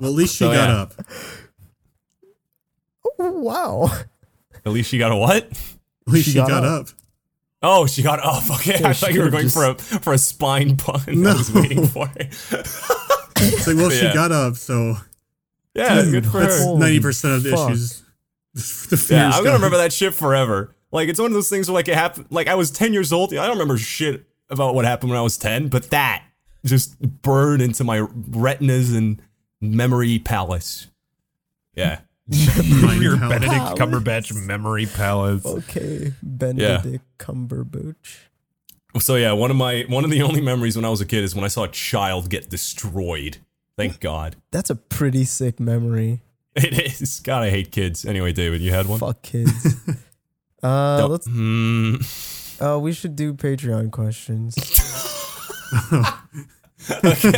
Speaker 2: Well, at least she
Speaker 6: So,
Speaker 2: got
Speaker 6: Oh, yeah.
Speaker 2: up.
Speaker 4: Wow.
Speaker 6: At least she got a what?
Speaker 2: At least she,
Speaker 4: got
Speaker 2: got,
Speaker 4: up.
Speaker 2: up.
Speaker 6: Oh, she got up. Okay, I
Speaker 4: Oh, she
Speaker 6: thought you were
Speaker 4: could've
Speaker 6: going for a for a spine pun. I was waiting for it.
Speaker 2: It's like, well,
Speaker 6: Yeah.
Speaker 2: she got up, so
Speaker 6: Yeah, good for her.
Speaker 4: that's- Holy
Speaker 2: ninety percent of the
Speaker 4: fuck.
Speaker 2: issues. The fear's
Speaker 6: Yeah, I'm gonna
Speaker 2: gone.
Speaker 6: remember that shit forever. Like it's one of those things where like it happened. Like I was 10 years old. I don't remember shit about what happened when I was 10, but that just burned into my retinas and memory palace. Yeah,
Speaker 2: Mind
Speaker 5: Your
Speaker 2: how-
Speaker 5: Benedict
Speaker 4: Palace.
Speaker 5: Cumberbatch memory palace.
Speaker 4: Okay. Benedict Cumberbatch.
Speaker 6: So yeah, one of my one of the only memories when I was a kid is when I saw a child get destroyed. Thank God.
Speaker 4: That's a pretty sick memory.
Speaker 6: It is. God, I hate kids. Anyway, David, you had one.
Speaker 4: Fuck kids. uh,
Speaker 6: Don't-
Speaker 4: let's.
Speaker 6: Hmm.
Speaker 4: Uh, we should do Patreon questions.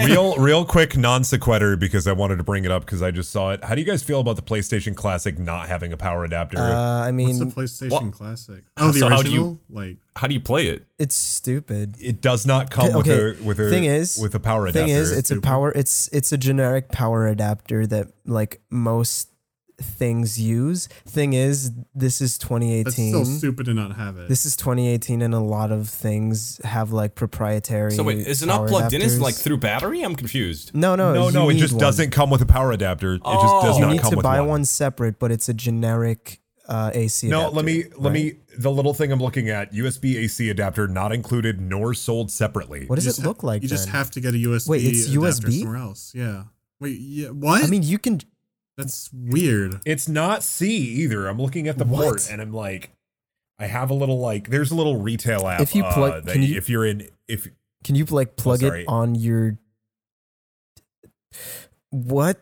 Speaker 5: real real quick non sequitur because I wanted to bring it up because I just saw it. How do you guys feel about the PlayStation Classic not having a power adapter?
Speaker 4: Uh, I
Speaker 2: What's the
Speaker 4: mean,
Speaker 2: PlayStation
Speaker 6: What?
Speaker 2: Classic? Oh, the
Speaker 6: So how do you-
Speaker 2: original. Like,
Speaker 6: How do you play it?
Speaker 4: it's stupid.
Speaker 5: it does not come
Speaker 4: Okay,
Speaker 5: with a with a
Speaker 4: thing is-
Speaker 5: with a power adapter.
Speaker 4: Thing is, it's a power. It's it's a generic power adapter that like most things use. Thing is, this is
Speaker 2: that's
Speaker 4: 2018.
Speaker 2: still stupid to not have it.
Speaker 4: This is 2018, and a lot of things have like proprietary.
Speaker 6: So wait, is it not
Speaker 4: power
Speaker 6: plugged in? Is it
Speaker 4: adapters. Mm,
Speaker 6: like through battery? I'm confused.
Speaker 4: No, no,
Speaker 5: no,
Speaker 4: you
Speaker 5: no, it
Speaker 4: need
Speaker 5: just
Speaker 4: one.
Speaker 5: doesn't come with a power adapter. It
Speaker 6: Oh.
Speaker 5: just does
Speaker 6: You
Speaker 5: not
Speaker 4: You need
Speaker 5: come
Speaker 4: to
Speaker 5: with
Speaker 4: buy
Speaker 5: one.
Speaker 4: one. separate, but it's a generic uh, AC.
Speaker 5: No,
Speaker 4: adapter,
Speaker 5: let me let
Speaker 4: right?
Speaker 5: me the little thing I'm looking at USB AC adapter not included nor sold separately.
Speaker 4: What does
Speaker 2: You just
Speaker 4: it
Speaker 2: ha-
Speaker 4: look like?
Speaker 2: You just
Speaker 4: then?
Speaker 2: have to get a USB.
Speaker 4: Wait, it's
Speaker 2: adapter
Speaker 4: USB?
Speaker 2: somewhere else. Yeah. Wait, yeah. What?
Speaker 4: I mean, you can.
Speaker 2: that's weird.
Speaker 5: It's not C either. I'm looking at the
Speaker 4: What?
Speaker 5: port and I'm like I have a little like there's a little retail app
Speaker 4: If you plug-
Speaker 5: uh, that
Speaker 4: can you-
Speaker 5: if you're in if
Speaker 4: Can you like plug it
Speaker 5: sorry.
Speaker 4: on your? What?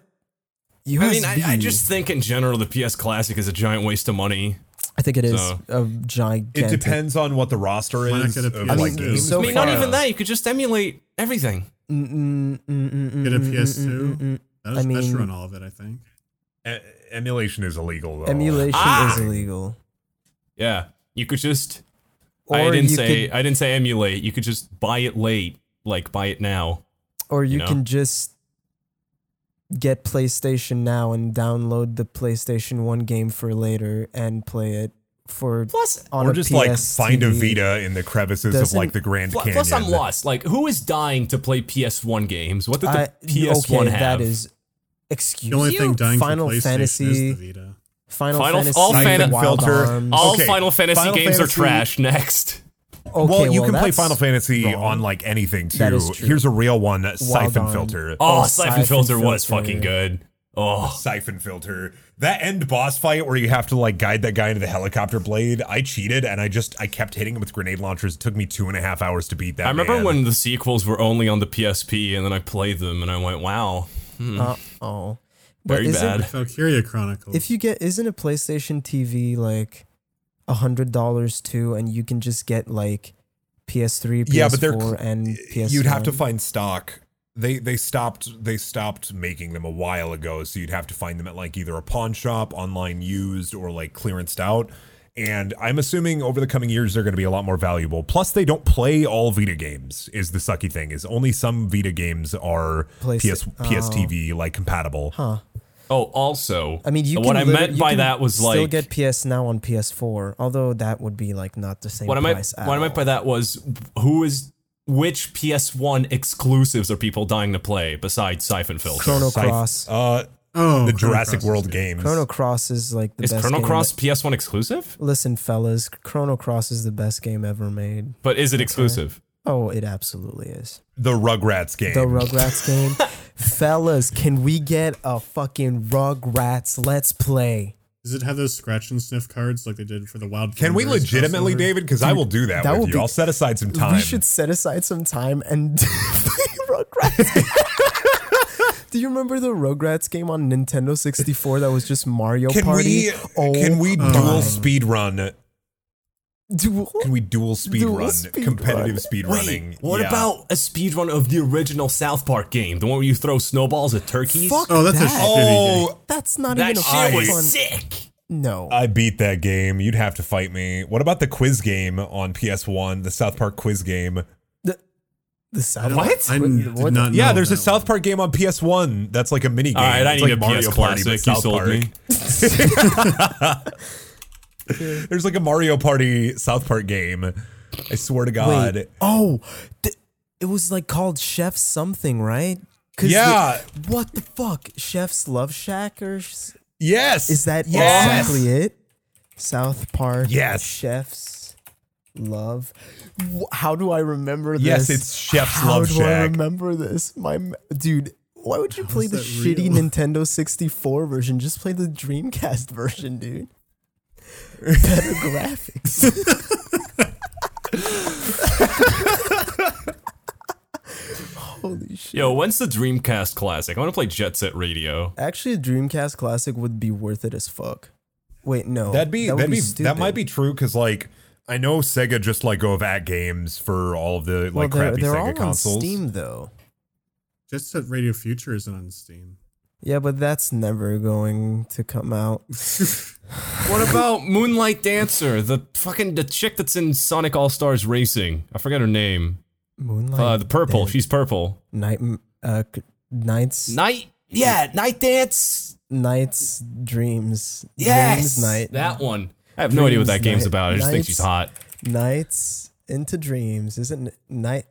Speaker 4: USB.
Speaker 6: I mean, I, I just think in general the PS Classic is a giant waste of money.
Speaker 4: I think it is
Speaker 6: so-
Speaker 4: a gigantic.
Speaker 5: it depends on what the roster
Speaker 2: Why not
Speaker 5: is
Speaker 2: get a
Speaker 5: of,
Speaker 2: PS2?
Speaker 5: like
Speaker 2: I mean,
Speaker 5: games.
Speaker 4: so
Speaker 6: I mean, not
Speaker 4: far-
Speaker 6: even that. You could just emulate everything.
Speaker 4: Get mm,
Speaker 2: Get a PS2? That's,
Speaker 4: I
Speaker 2: that's
Speaker 4: mean-
Speaker 2: run all of it. I think.
Speaker 5: E- emulation is illegal though.
Speaker 4: Emulation
Speaker 6: Ah!
Speaker 4: is illegal.
Speaker 6: Yeah, you could just.
Speaker 4: Or
Speaker 6: I didn't
Speaker 4: you
Speaker 6: say.
Speaker 4: could-
Speaker 6: I didn't say emulate. You could just buy it late, like buy it now.
Speaker 4: or you,
Speaker 6: know?
Speaker 4: can just get PlayStation Now and download the PlayStation One game for later and play it for
Speaker 6: Plus,
Speaker 4: on
Speaker 5: or
Speaker 4: a
Speaker 5: just like
Speaker 4: PS
Speaker 5: find a
Speaker 4: TV.
Speaker 5: Vita in the crevices of
Speaker 4: Doesn't-
Speaker 5: like the Grand
Speaker 6: Pl-
Speaker 5: Canyon.
Speaker 6: Plus, I'm lost. Like, who is dying to play PS1 games? What did the
Speaker 4: I-
Speaker 6: PS1
Speaker 4: okay,
Speaker 6: have?
Speaker 4: that is
Speaker 2: The only
Speaker 4: excuse
Speaker 2: thing
Speaker 4: you.
Speaker 2: dying
Speaker 4: Final
Speaker 2: for PlayStation
Speaker 4: Fantasy,
Speaker 2: is the Vita.
Speaker 4: Final,
Speaker 6: Final-
Speaker 4: Fantasy,
Speaker 6: all Fan-
Speaker 4: Wild
Speaker 5: Filter,
Speaker 4: Arms.
Speaker 6: All
Speaker 5: Okay,
Speaker 6: Final Fantasy
Speaker 5: Final
Speaker 6: games
Speaker 5: Fantasy-
Speaker 6: are trash. Next,
Speaker 4: Okay,
Speaker 5: well, you can play
Speaker 4: that's-
Speaker 5: Final Fantasy
Speaker 4: wrong.
Speaker 5: on like anything too.
Speaker 4: That is true.
Speaker 5: Here's a real one, Siphon
Speaker 4: Arm.
Speaker 5: Filter.
Speaker 6: oh,
Speaker 4: Oh,
Speaker 6: Siphon,
Speaker 4: Siphon
Speaker 6: Filter, was
Speaker 4: Filter.
Speaker 6: fucking good. Oh,
Speaker 5: Siphon Filter. That end boss fight where you have to like guide that guy into the helicopter blade. I cheated and I just I kept hitting him with grenade launchers. It took me two and a half hours to beat that.
Speaker 6: I remember
Speaker 5: man.
Speaker 6: when the sequels were only on the PSP, and then I played them, and I went, "Wow, hmm,
Speaker 4: Uh, oh, but
Speaker 6: very
Speaker 4: isn't-
Speaker 6: bad."
Speaker 2: Valkyria Oh, Chronicles.
Speaker 4: If you get, isn't a PlayStation TV like a hundred dollars too, and you can just get like PS3, PS4,
Speaker 5: Yeah, but they're cl-
Speaker 4: and PS.
Speaker 5: you'd have to find stock. They they stopped they stopped making them a while ago, so you'd have to find them at like either a pawn shop, online used, or like clearanced out. And I'm assuming over the coming years they're going to be a lot more valuable. Plus, they don't play all Vita games. Is the sucky thing is only some Vita games are
Speaker 4: Play-
Speaker 5: PS PSTV like compatible.
Speaker 4: Oh. Huh.
Speaker 6: Oh, also,
Speaker 4: I mean, you.
Speaker 6: what
Speaker 4: can
Speaker 6: I
Speaker 4: liter-
Speaker 6: meant
Speaker 4: you
Speaker 6: by
Speaker 4: can
Speaker 6: that was
Speaker 4: still
Speaker 6: like
Speaker 4: get PS Now on PS4, although that would be like not the same
Speaker 6: what I meant.
Speaker 4: price. at
Speaker 6: What I meant
Speaker 4: all.
Speaker 6: by that was who is which PS1 exclusives are people dying to play besides Siphon Filter?
Speaker 4: Chrono
Speaker 5: Scythe-
Speaker 4: Cross.
Speaker 5: uh,
Speaker 2: oh,
Speaker 5: the
Speaker 2: Chrono
Speaker 5: Jurassic
Speaker 2: Cross is
Speaker 5: World
Speaker 2: good.
Speaker 5: games.
Speaker 4: Chrono Cross is like the
Speaker 6: Is
Speaker 4: best.
Speaker 6: Chrono
Speaker 4: game
Speaker 6: Cross PS1 exclusive?
Speaker 4: that- Listen, fellas, Chrono Cross is the best game ever made.
Speaker 6: But is it exclusive?
Speaker 4: Oh, it absolutely is.
Speaker 5: the Rugrats game.
Speaker 4: The Rugrats game, fellas, can we get a fucking Rugrats Let's Play?
Speaker 2: Does it have those scratch and sniff cards like they did for the Wild?
Speaker 5: Can we
Speaker 2: Thunders
Speaker 5: legitimately,
Speaker 2: crossover?
Speaker 5: David? Because I will do that,
Speaker 4: that
Speaker 5: with
Speaker 4: would
Speaker 5: you.
Speaker 4: be-
Speaker 5: I'll set aside some time.
Speaker 4: We should set aside some time and play Rugrats. Do you remember the Rugrats game on Nintendo 64 that was just Mario
Speaker 5: Can Oh
Speaker 4: Party? Oh,
Speaker 5: we can we
Speaker 2: my.
Speaker 5: dual speed run?
Speaker 4: do,
Speaker 5: Can we dual speed
Speaker 4: Dual
Speaker 5: run
Speaker 4: speed
Speaker 5: competitive
Speaker 4: run.
Speaker 5: speed running?
Speaker 6: Wait, what
Speaker 5: Yeah.
Speaker 6: about a speedrun of the original South Park game? The one where you throw snowballs at turkeys?
Speaker 4: fuck
Speaker 2: Oh, that's a
Speaker 4: that.
Speaker 2: shitty game.
Speaker 5: Oh,
Speaker 4: That's not
Speaker 6: that
Speaker 4: even a
Speaker 6: shit was
Speaker 4: fun.
Speaker 6: sick.
Speaker 4: No.
Speaker 5: I beat that game. You'd have to fight me. What about the quiz game on PS1? The South Park quiz game.
Speaker 4: The South
Speaker 2: What? I n- did not
Speaker 5: Yeah,
Speaker 2: know
Speaker 5: there's a
Speaker 2: that one.
Speaker 5: South Park game on PS1 that's like a mini game.
Speaker 6: All right, I
Speaker 5: It's
Speaker 6: need
Speaker 5: like
Speaker 6: a
Speaker 5: Mario
Speaker 6: PS
Speaker 5: Party, but
Speaker 6: Classic. You
Speaker 5: South
Speaker 6: sold
Speaker 5: Park.
Speaker 6: me.
Speaker 5: There's like a Mario Party South Park game. I swear to God.
Speaker 4: Wait. Oh, th- it was like called Chef something, right? 'Cause the-
Speaker 5: Yeah.
Speaker 4: what the fuck? Chef's Love Shack or s-
Speaker 5: Yes.
Speaker 4: is that
Speaker 5: yes.
Speaker 4: exactly it? South Park.
Speaker 5: Yes.
Speaker 4: Chef's Love. Wh- How do I remember this?
Speaker 5: Yes, it's Chef's
Speaker 4: How
Speaker 5: Love
Speaker 4: do I
Speaker 5: Shack.
Speaker 4: remember this? My m- dude. Why would you play the
Speaker 2: that
Speaker 4: shitty
Speaker 2: real?
Speaker 4: Nintendo 64 version? Just play the Dreamcast version, dude. Better graphics. Holy shit.
Speaker 6: Yo, when's the Dreamcast Classic? I want to play Jet Set Radio.
Speaker 4: Actually, a Dreamcast Classic would be worth it as fuck. Wait, no.
Speaker 5: That'd be
Speaker 4: Oh, that
Speaker 5: that
Speaker 4: would
Speaker 5: would be, that
Speaker 4: stupid.
Speaker 5: might be true because like I know Sega just let go of at games for all of the
Speaker 4: Well,
Speaker 5: like
Speaker 4: they're,
Speaker 5: crappy
Speaker 4: they're
Speaker 5: Sega
Speaker 4: all
Speaker 5: consoles.
Speaker 4: on Steam though.
Speaker 2: Just said Radio Future isn't on Steam.
Speaker 4: Yeah, but that's never going to come out.
Speaker 6: What about Moonlight Dancer? The fucking the chick that's in Sonic All Stars Racing. I forget her name.
Speaker 4: Moonlight.
Speaker 6: Uh, the purple.
Speaker 4: Dance-
Speaker 6: She's purple.
Speaker 4: night. Uh, c- nights.
Speaker 6: Night. Yeah, Night Dance.
Speaker 4: nights. Dreams.
Speaker 6: Yes,
Speaker 4: Dreams, night.
Speaker 6: That one. I have no idea what that
Speaker 4: Dreams
Speaker 6: game's
Speaker 4: Night-
Speaker 6: about. I just think
Speaker 4: Nights-
Speaker 6: she's hot.
Speaker 4: Nights into dreams. Isn't it night?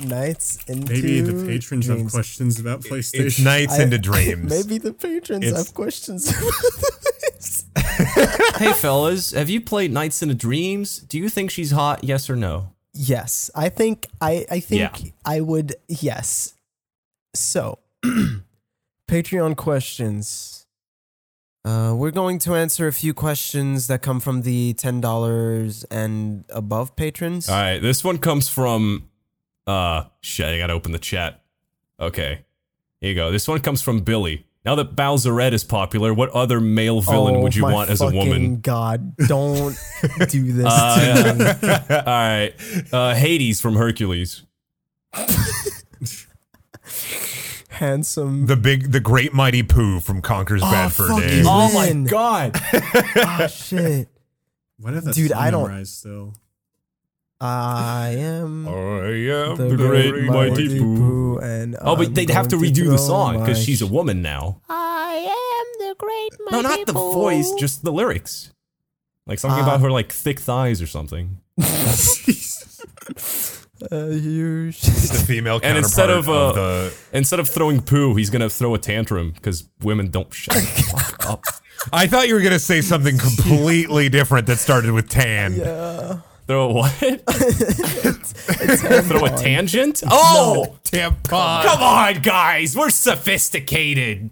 Speaker 4: Nights into
Speaker 2: Maybe the patrons have
Speaker 4: dreams.
Speaker 2: questions about PlayStation.
Speaker 5: It's nights
Speaker 4: I-
Speaker 5: into dreams.
Speaker 4: Maybe the patrons
Speaker 5: It's-
Speaker 4: have questions.
Speaker 6: hey fellas, have you played Nights in the Dreams? Do you think she's hot? Yes or no?
Speaker 4: Yes, I think I I think
Speaker 6: Yeah.
Speaker 4: I would yes. So, Patreon questions. Uh, we're going to answer a few questions that come from the ten dollars and above patrons.
Speaker 6: All right, this one comes from uh shit, I got to open the chat. Okay. Here you go. This one comes from Billy. Now that Bowserette is popular, what other male villain
Speaker 4: Oh,
Speaker 6: would you
Speaker 4: my
Speaker 6: want as a
Speaker 4: fucking
Speaker 6: woman?
Speaker 4: God, don't do this.
Speaker 6: Uh,
Speaker 4: to me.
Speaker 6: All right. Uh Hades from Hercules.
Speaker 4: Handsome.
Speaker 5: the big the great mighty poo from Conker's Bad Fur
Speaker 4: fuck
Speaker 5: Day.
Speaker 4: you. Oh my Lin.
Speaker 6: god.
Speaker 4: ah, shit.
Speaker 2: What if that's
Speaker 4: Dude, I don't-
Speaker 2: memorized still?
Speaker 4: I am.
Speaker 5: I am
Speaker 4: the great, mighty, Boo, and
Speaker 6: Oh, but
Speaker 4: I'm
Speaker 6: they'd have to
Speaker 4: going
Speaker 6: redo
Speaker 4: throw
Speaker 6: the song because
Speaker 4: my
Speaker 6: she's a woman now.
Speaker 9: I am the great
Speaker 6: No,
Speaker 9: mighty
Speaker 6: not the
Speaker 9: Boo.
Speaker 6: voice, just the lyrics. Like something about her like thick thighs or something.
Speaker 4: a huge.
Speaker 5: The female
Speaker 6: And
Speaker 5: counterpart
Speaker 6: instead of, uh,
Speaker 5: the.
Speaker 6: Instead of throwing poo, he's gonna throw a tantrum because women don't shut the fuck up.
Speaker 5: I thought you were gonna say something completely different that started with tan.
Speaker 6: Throw a what? throw a tangent? Oh,
Speaker 5: Tampon.
Speaker 6: come on, guys, we're sophisticated.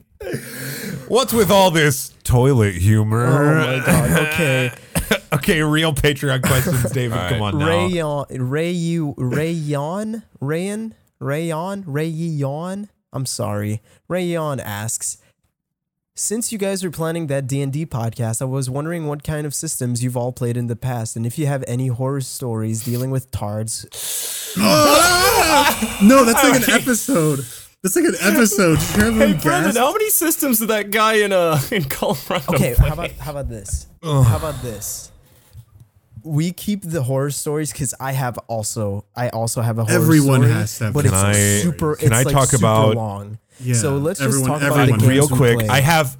Speaker 5: What's with all this toilet humor?
Speaker 4: Oh okay.
Speaker 5: okay, real Patreon questions, David.
Speaker 6: right.
Speaker 5: Come on now.
Speaker 4: Rayon, Rayu, Rayon, Rayon, Rayon, Rayon. I'm sorry. Rayon asks, since you guys are planning that D&D podcast, I was wondering what kind of systems you've all played in the past and if you have any horror stories dealing with tards.
Speaker 2: No, that's like an episode. That's like an episode. Did you hear them gasp?
Speaker 6: how many systems did that guy in uh in Colorado?
Speaker 4: Okay,
Speaker 2: Oh
Speaker 4: how about how about this? How about this? We keep the horror stories because I have also I also have a horror
Speaker 2: Everyone
Speaker 4: story,
Speaker 2: has to have
Speaker 4: but
Speaker 2: horror
Speaker 4: it's
Speaker 5: stories.
Speaker 4: super.
Speaker 5: Can
Speaker 4: it's
Speaker 5: I
Speaker 4: like
Speaker 5: talk
Speaker 4: super
Speaker 5: about-
Speaker 4: long?
Speaker 2: Yeah,
Speaker 4: so let's just
Speaker 2: everyone-
Speaker 4: talk about the
Speaker 2: everyone
Speaker 4: games
Speaker 5: real
Speaker 4: we
Speaker 5: quick,
Speaker 4: played.
Speaker 5: I have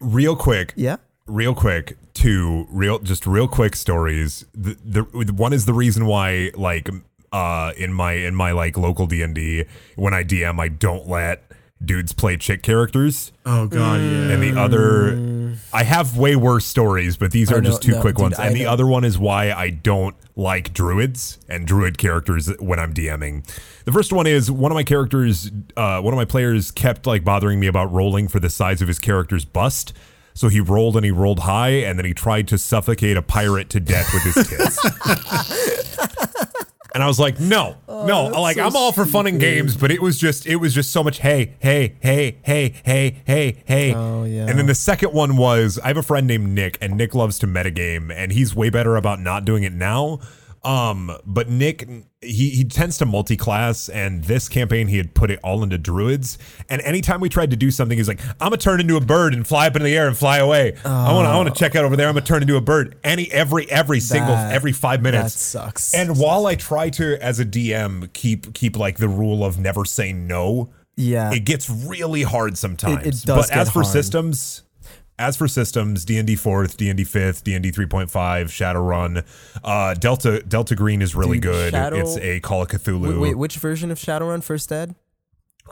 Speaker 5: real quick,
Speaker 4: yeah.
Speaker 5: real quick, two real, just real quick stories. The, the one is the reason why, like, uh, in my in my like local D and D, when I DM, I don't let dudes play chick characters,
Speaker 2: Oh god, yeah.
Speaker 5: and the other, I have way worse stories, but these
Speaker 4: I
Speaker 5: are
Speaker 4: know-
Speaker 5: just two
Speaker 4: no,
Speaker 5: quick
Speaker 4: dude,
Speaker 5: ones.
Speaker 4: I
Speaker 5: And the
Speaker 4: know.
Speaker 5: other one is why I don't like druids and druid characters when I'm DMing. The first one is one of my characters, uh, one of my players kept like bothering me about rolling for the size of his character's bust. So he rolled and he rolled high, and then he tried to suffocate a pirate to death with his tits. And I was like, no,
Speaker 4: Oh,
Speaker 5: no, like I'm all for fun and games, but it was just, it was just so much. Hey, hey, hey, hey, hey, hey, hey.
Speaker 4: Oh, yeah.
Speaker 5: And then the second one was I have a friend named Nick, and Nick loves to metagame, and he's way better about not doing it now. Um, but Nick, he, he tends to multi-class, and this campaign he had put it all into druids. And anytime we tried to do something, he's like, "I'm gonna turn into a bird and fly up into the air and fly away. I want to I want to check out over there. I'm gonna turn into a bird." Any every every single
Speaker 4: Oh. That-
Speaker 5: every five
Speaker 4: That
Speaker 5: minutes.
Speaker 4: sucks.
Speaker 5: And while I try to, as a DM, keep keep like the rule of never say no,
Speaker 4: yeah,
Speaker 5: it gets really hard
Speaker 4: does
Speaker 5: sometimes. but
Speaker 4: get
Speaker 5: as for
Speaker 4: hard.
Speaker 5: systems, as for systems, D and D fourth, D and D fifth, D and D three point five, Shadowrun, uh, Delta Delta Green is really
Speaker 4: Dude,
Speaker 5: good.
Speaker 4: Shadow-
Speaker 5: it's a Call of Cthulhu.
Speaker 4: Wait, wait, which version of Shadowrun First Ed?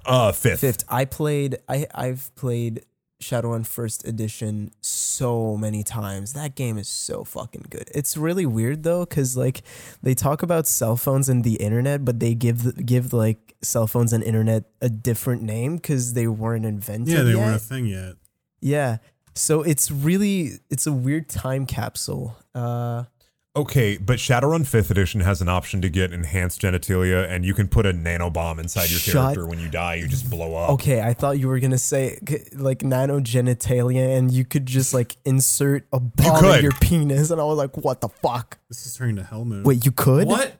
Speaker 5: uh, fifth.
Speaker 4: Fifth. I played. I I've played Shadowrun First Edition so many times. That game is so fucking good. It's really weird though, because like they talk about cell phones and the internet, but they give the- give like cell phones and internet a different name because they weren't invented.
Speaker 2: Yeah, they
Speaker 4: yet.
Speaker 2: weren't a thing yet.
Speaker 4: Yeah. So it's really it's a weird time capsule. Uh,
Speaker 5: Okay, but Shadowrun fifth edition has an option to get enhanced genitalia, and you can put a nanobomb inside your
Speaker 4: Shut-
Speaker 5: character when you die. You just blow up.
Speaker 4: okay, I thought you were gonna say c- like nano genitalia, and you could just like insert a bomb in
Speaker 5: could.
Speaker 4: your penis, and I was like, what the fuck?
Speaker 2: This is turning to Hell Moon.
Speaker 4: Wait, you could?
Speaker 6: What?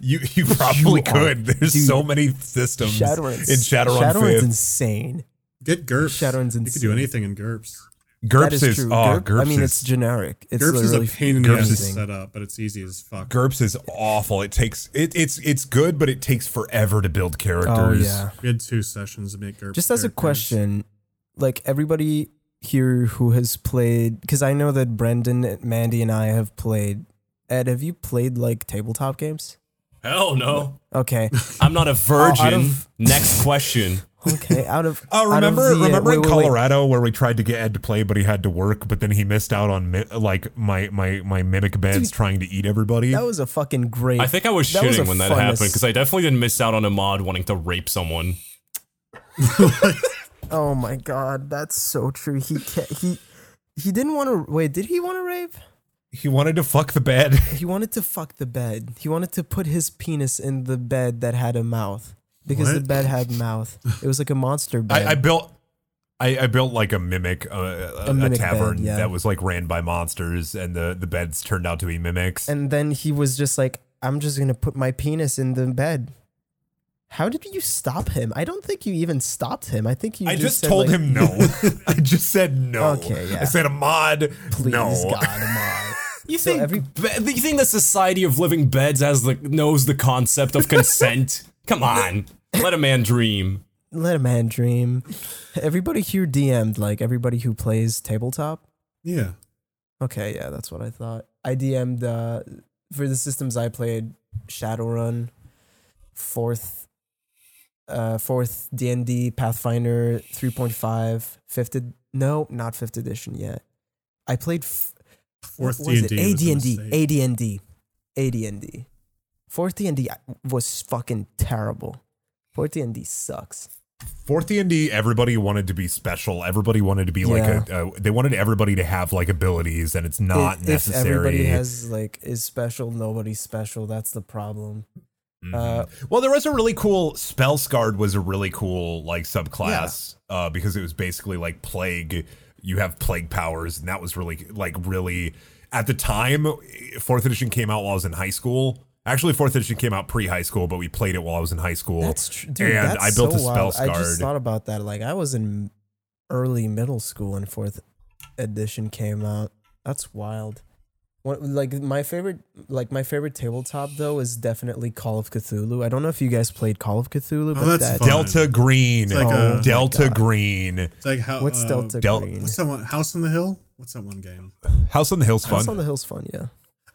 Speaker 5: You you probably
Speaker 4: are-
Speaker 5: could. There's
Speaker 4: dude,
Speaker 5: so many systems
Speaker 4: Shadowrun's
Speaker 5: in Shadowrun,
Speaker 4: Shadowrun's
Speaker 5: 5th.
Speaker 4: insane.
Speaker 2: Get GURPS.
Speaker 4: Shadowrun's
Speaker 2: you could do
Speaker 4: insane.
Speaker 2: anything in GURPS.
Speaker 5: GURPS
Speaker 4: that is,
Speaker 5: is,
Speaker 4: true.
Speaker 5: oh,
Speaker 4: Gerp-
Speaker 5: GURPS
Speaker 4: I mean,
Speaker 5: is
Speaker 4: it's generic. It's
Speaker 2: GURPS is a
Speaker 4: really
Speaker 2: pain in the ass to
Speaker 4: confusing.
Speaker 2: set up, but it's easy as fuck.
Speaker 5: GURPS is awful. It takes it, it's it's good, but it takes forever to
Speaker 4: Oh
Speaker 5: build characters.
Speaker 4: yeah.
Speaker 2: We had two sessions to make GURPS.
Speaker 4: Just as a
Speaker 2: characters.
Speaker 4: question, like everybody here who has played, because I know that Brendan, Mandy, and I have played. Ed, have you played like tabletop games?
Speaker 6: Hell no.
Speaker 4: Okay,
Speaker 6: I'm not a virgin.
Speaker 4: of-
Speaker 6: Next question.
Speaker 4: okay. Out of
Speaker 5: Oh,
Speaker 4: out of
Speaker 5: remember,
Speaker 4: the, uh,
Speaker 5: remember
Speaker 4: wait,
Speaker 5: in
Speaker 4: wait, wait.
Speaker 5: Colorado where we tried to get Ed to play, but he had to work, but then he missed out on mi- like my my my mimic bands trying to eat everybody.
Speaker 4: That was a fucking great.
Speaker 6: I think I was
Speaker 4: That was
Speaker 6: shitting
Speaker 4: a
Speaker 6: when that
Speaker 4: fun
Speaker 6: happened
Speaker 4: ass-
Speaker 6: because I definitely didn't miss out on a mod wanting to rape someone.
Speaker 4: oh my god, that's so true. He can't, he he didn't want to wait. Did he want to rape?
Speaker 5: he wanted to fuck the bed.
Speaker 4: He wanted to fuck the bed. He wanted to put his penis in the bed that had a mouth because the
Speaker 2: What?
Speaker 4: bed had mouth. It was like a monster bed.
Speaker 5: I, I built. I, I built like a mimic, uh, a, a,
Speaker 4: mimic
Speaker 5: tavern
Speaker 4: bed, yeah.
Speaker 5: that was like ran by monsters, and the, the beds turned out to be mimics.
Speaker 4: and then he was just like, "I'm just gonna put my penis in the bed." How did you stop him? I don't think you even stopped him. I think you.
Speaker 5: I just
Speaker 4: said,
Speaker 5: told
Speaker 4: like,
Speaker 5: him no. I just said no.
Speaker 4: Okay, yeah.
Speaker 5: I said a mod.
Speaker 4: "Please,
Speaker 5: no.
Speaker 4: God, Ahmad."
Speaker 6: You
Speaker 4: So
Speaker 6: think
Speaker 4: every-
Speaker 6: be- you think the Society of Living Beds has the knows the concept of consent? Come on, let a man dream.
Speaker 4: let a man dream. Everybody here DM'd like everybody who plays tabletop.
Speaker 2: Yeah.
Speaker 4: Okay, yeah, that's what I thought. I DM'd uh, for the systems I played Shadowrun, fourth, uh, fourth D and D Pathfinder 3.5, fifth. ed- No, not fifth edition yet. I played f-
Speaker 2: Fourth
Speaker 4: what was
Speaker 2: D&D
Speaker 4: it?
Speaker 2: was a
Speaker 4: AD&D,
Speaker 2: mistake.
Speaker 4: AD&D, AD&D. Fourth D&D was fucking terrible. Fourth D&D sucks.
Speaker 5: Fourth D and D, everybody wanted to be special. Everybody wanted to be like a, a. They wanted everybody to have like abilities, and it's not
Speaker 4: if, if
Speaker 5: necessary.
Speaker 4: everybody has like is special, nobody's special. That's the problem. Uh,
Speaker 5: Well, there was a really cool spell scarred was a really cool like subclass uh, because it was basically like plague. You have plague powers, and that was really like really at the time. Fourth edition came out while I was in high school. Actually, fourth edition came out pre high school, but we played it while I was in high school.
Speaker 4: That's true, dude.
Speaker 5: and
Speaker 4: that's
Speaker 5: I built
Speaker 4: so
Speaker 5: a spell
Speaker 4: wild.
Speaker 5: scarred.
Speaker 4: I just thought about that. Like I was in early middle school and fourth edition came out. That's wild. What, like my favorite, like my favorite tabletop though is definitely Call of Cthulhu. I don't know if you guys played Call of
Speaker 5: Oh,
Speaker 4: Cthulhu, but
Speaker 2: that's
Speaker 4: that
Speaker 2: fun.
Speaker 5: Delta Green,
Speaker 2: It's like a-
Speaker 5: Oh, Delta Green,
Speaker 2: It's like how.
Speaker 4: what's
Speaker 2: uh,
Speaker 4: Delta
Speaker 5: Del-
Speaker 4: Green?
Speaker 2: What's that one? House on the Hill? What's that one game?
Speaker 5: House on the Hill's fun.
Speaker 4: House on the Hill's fun, yeah.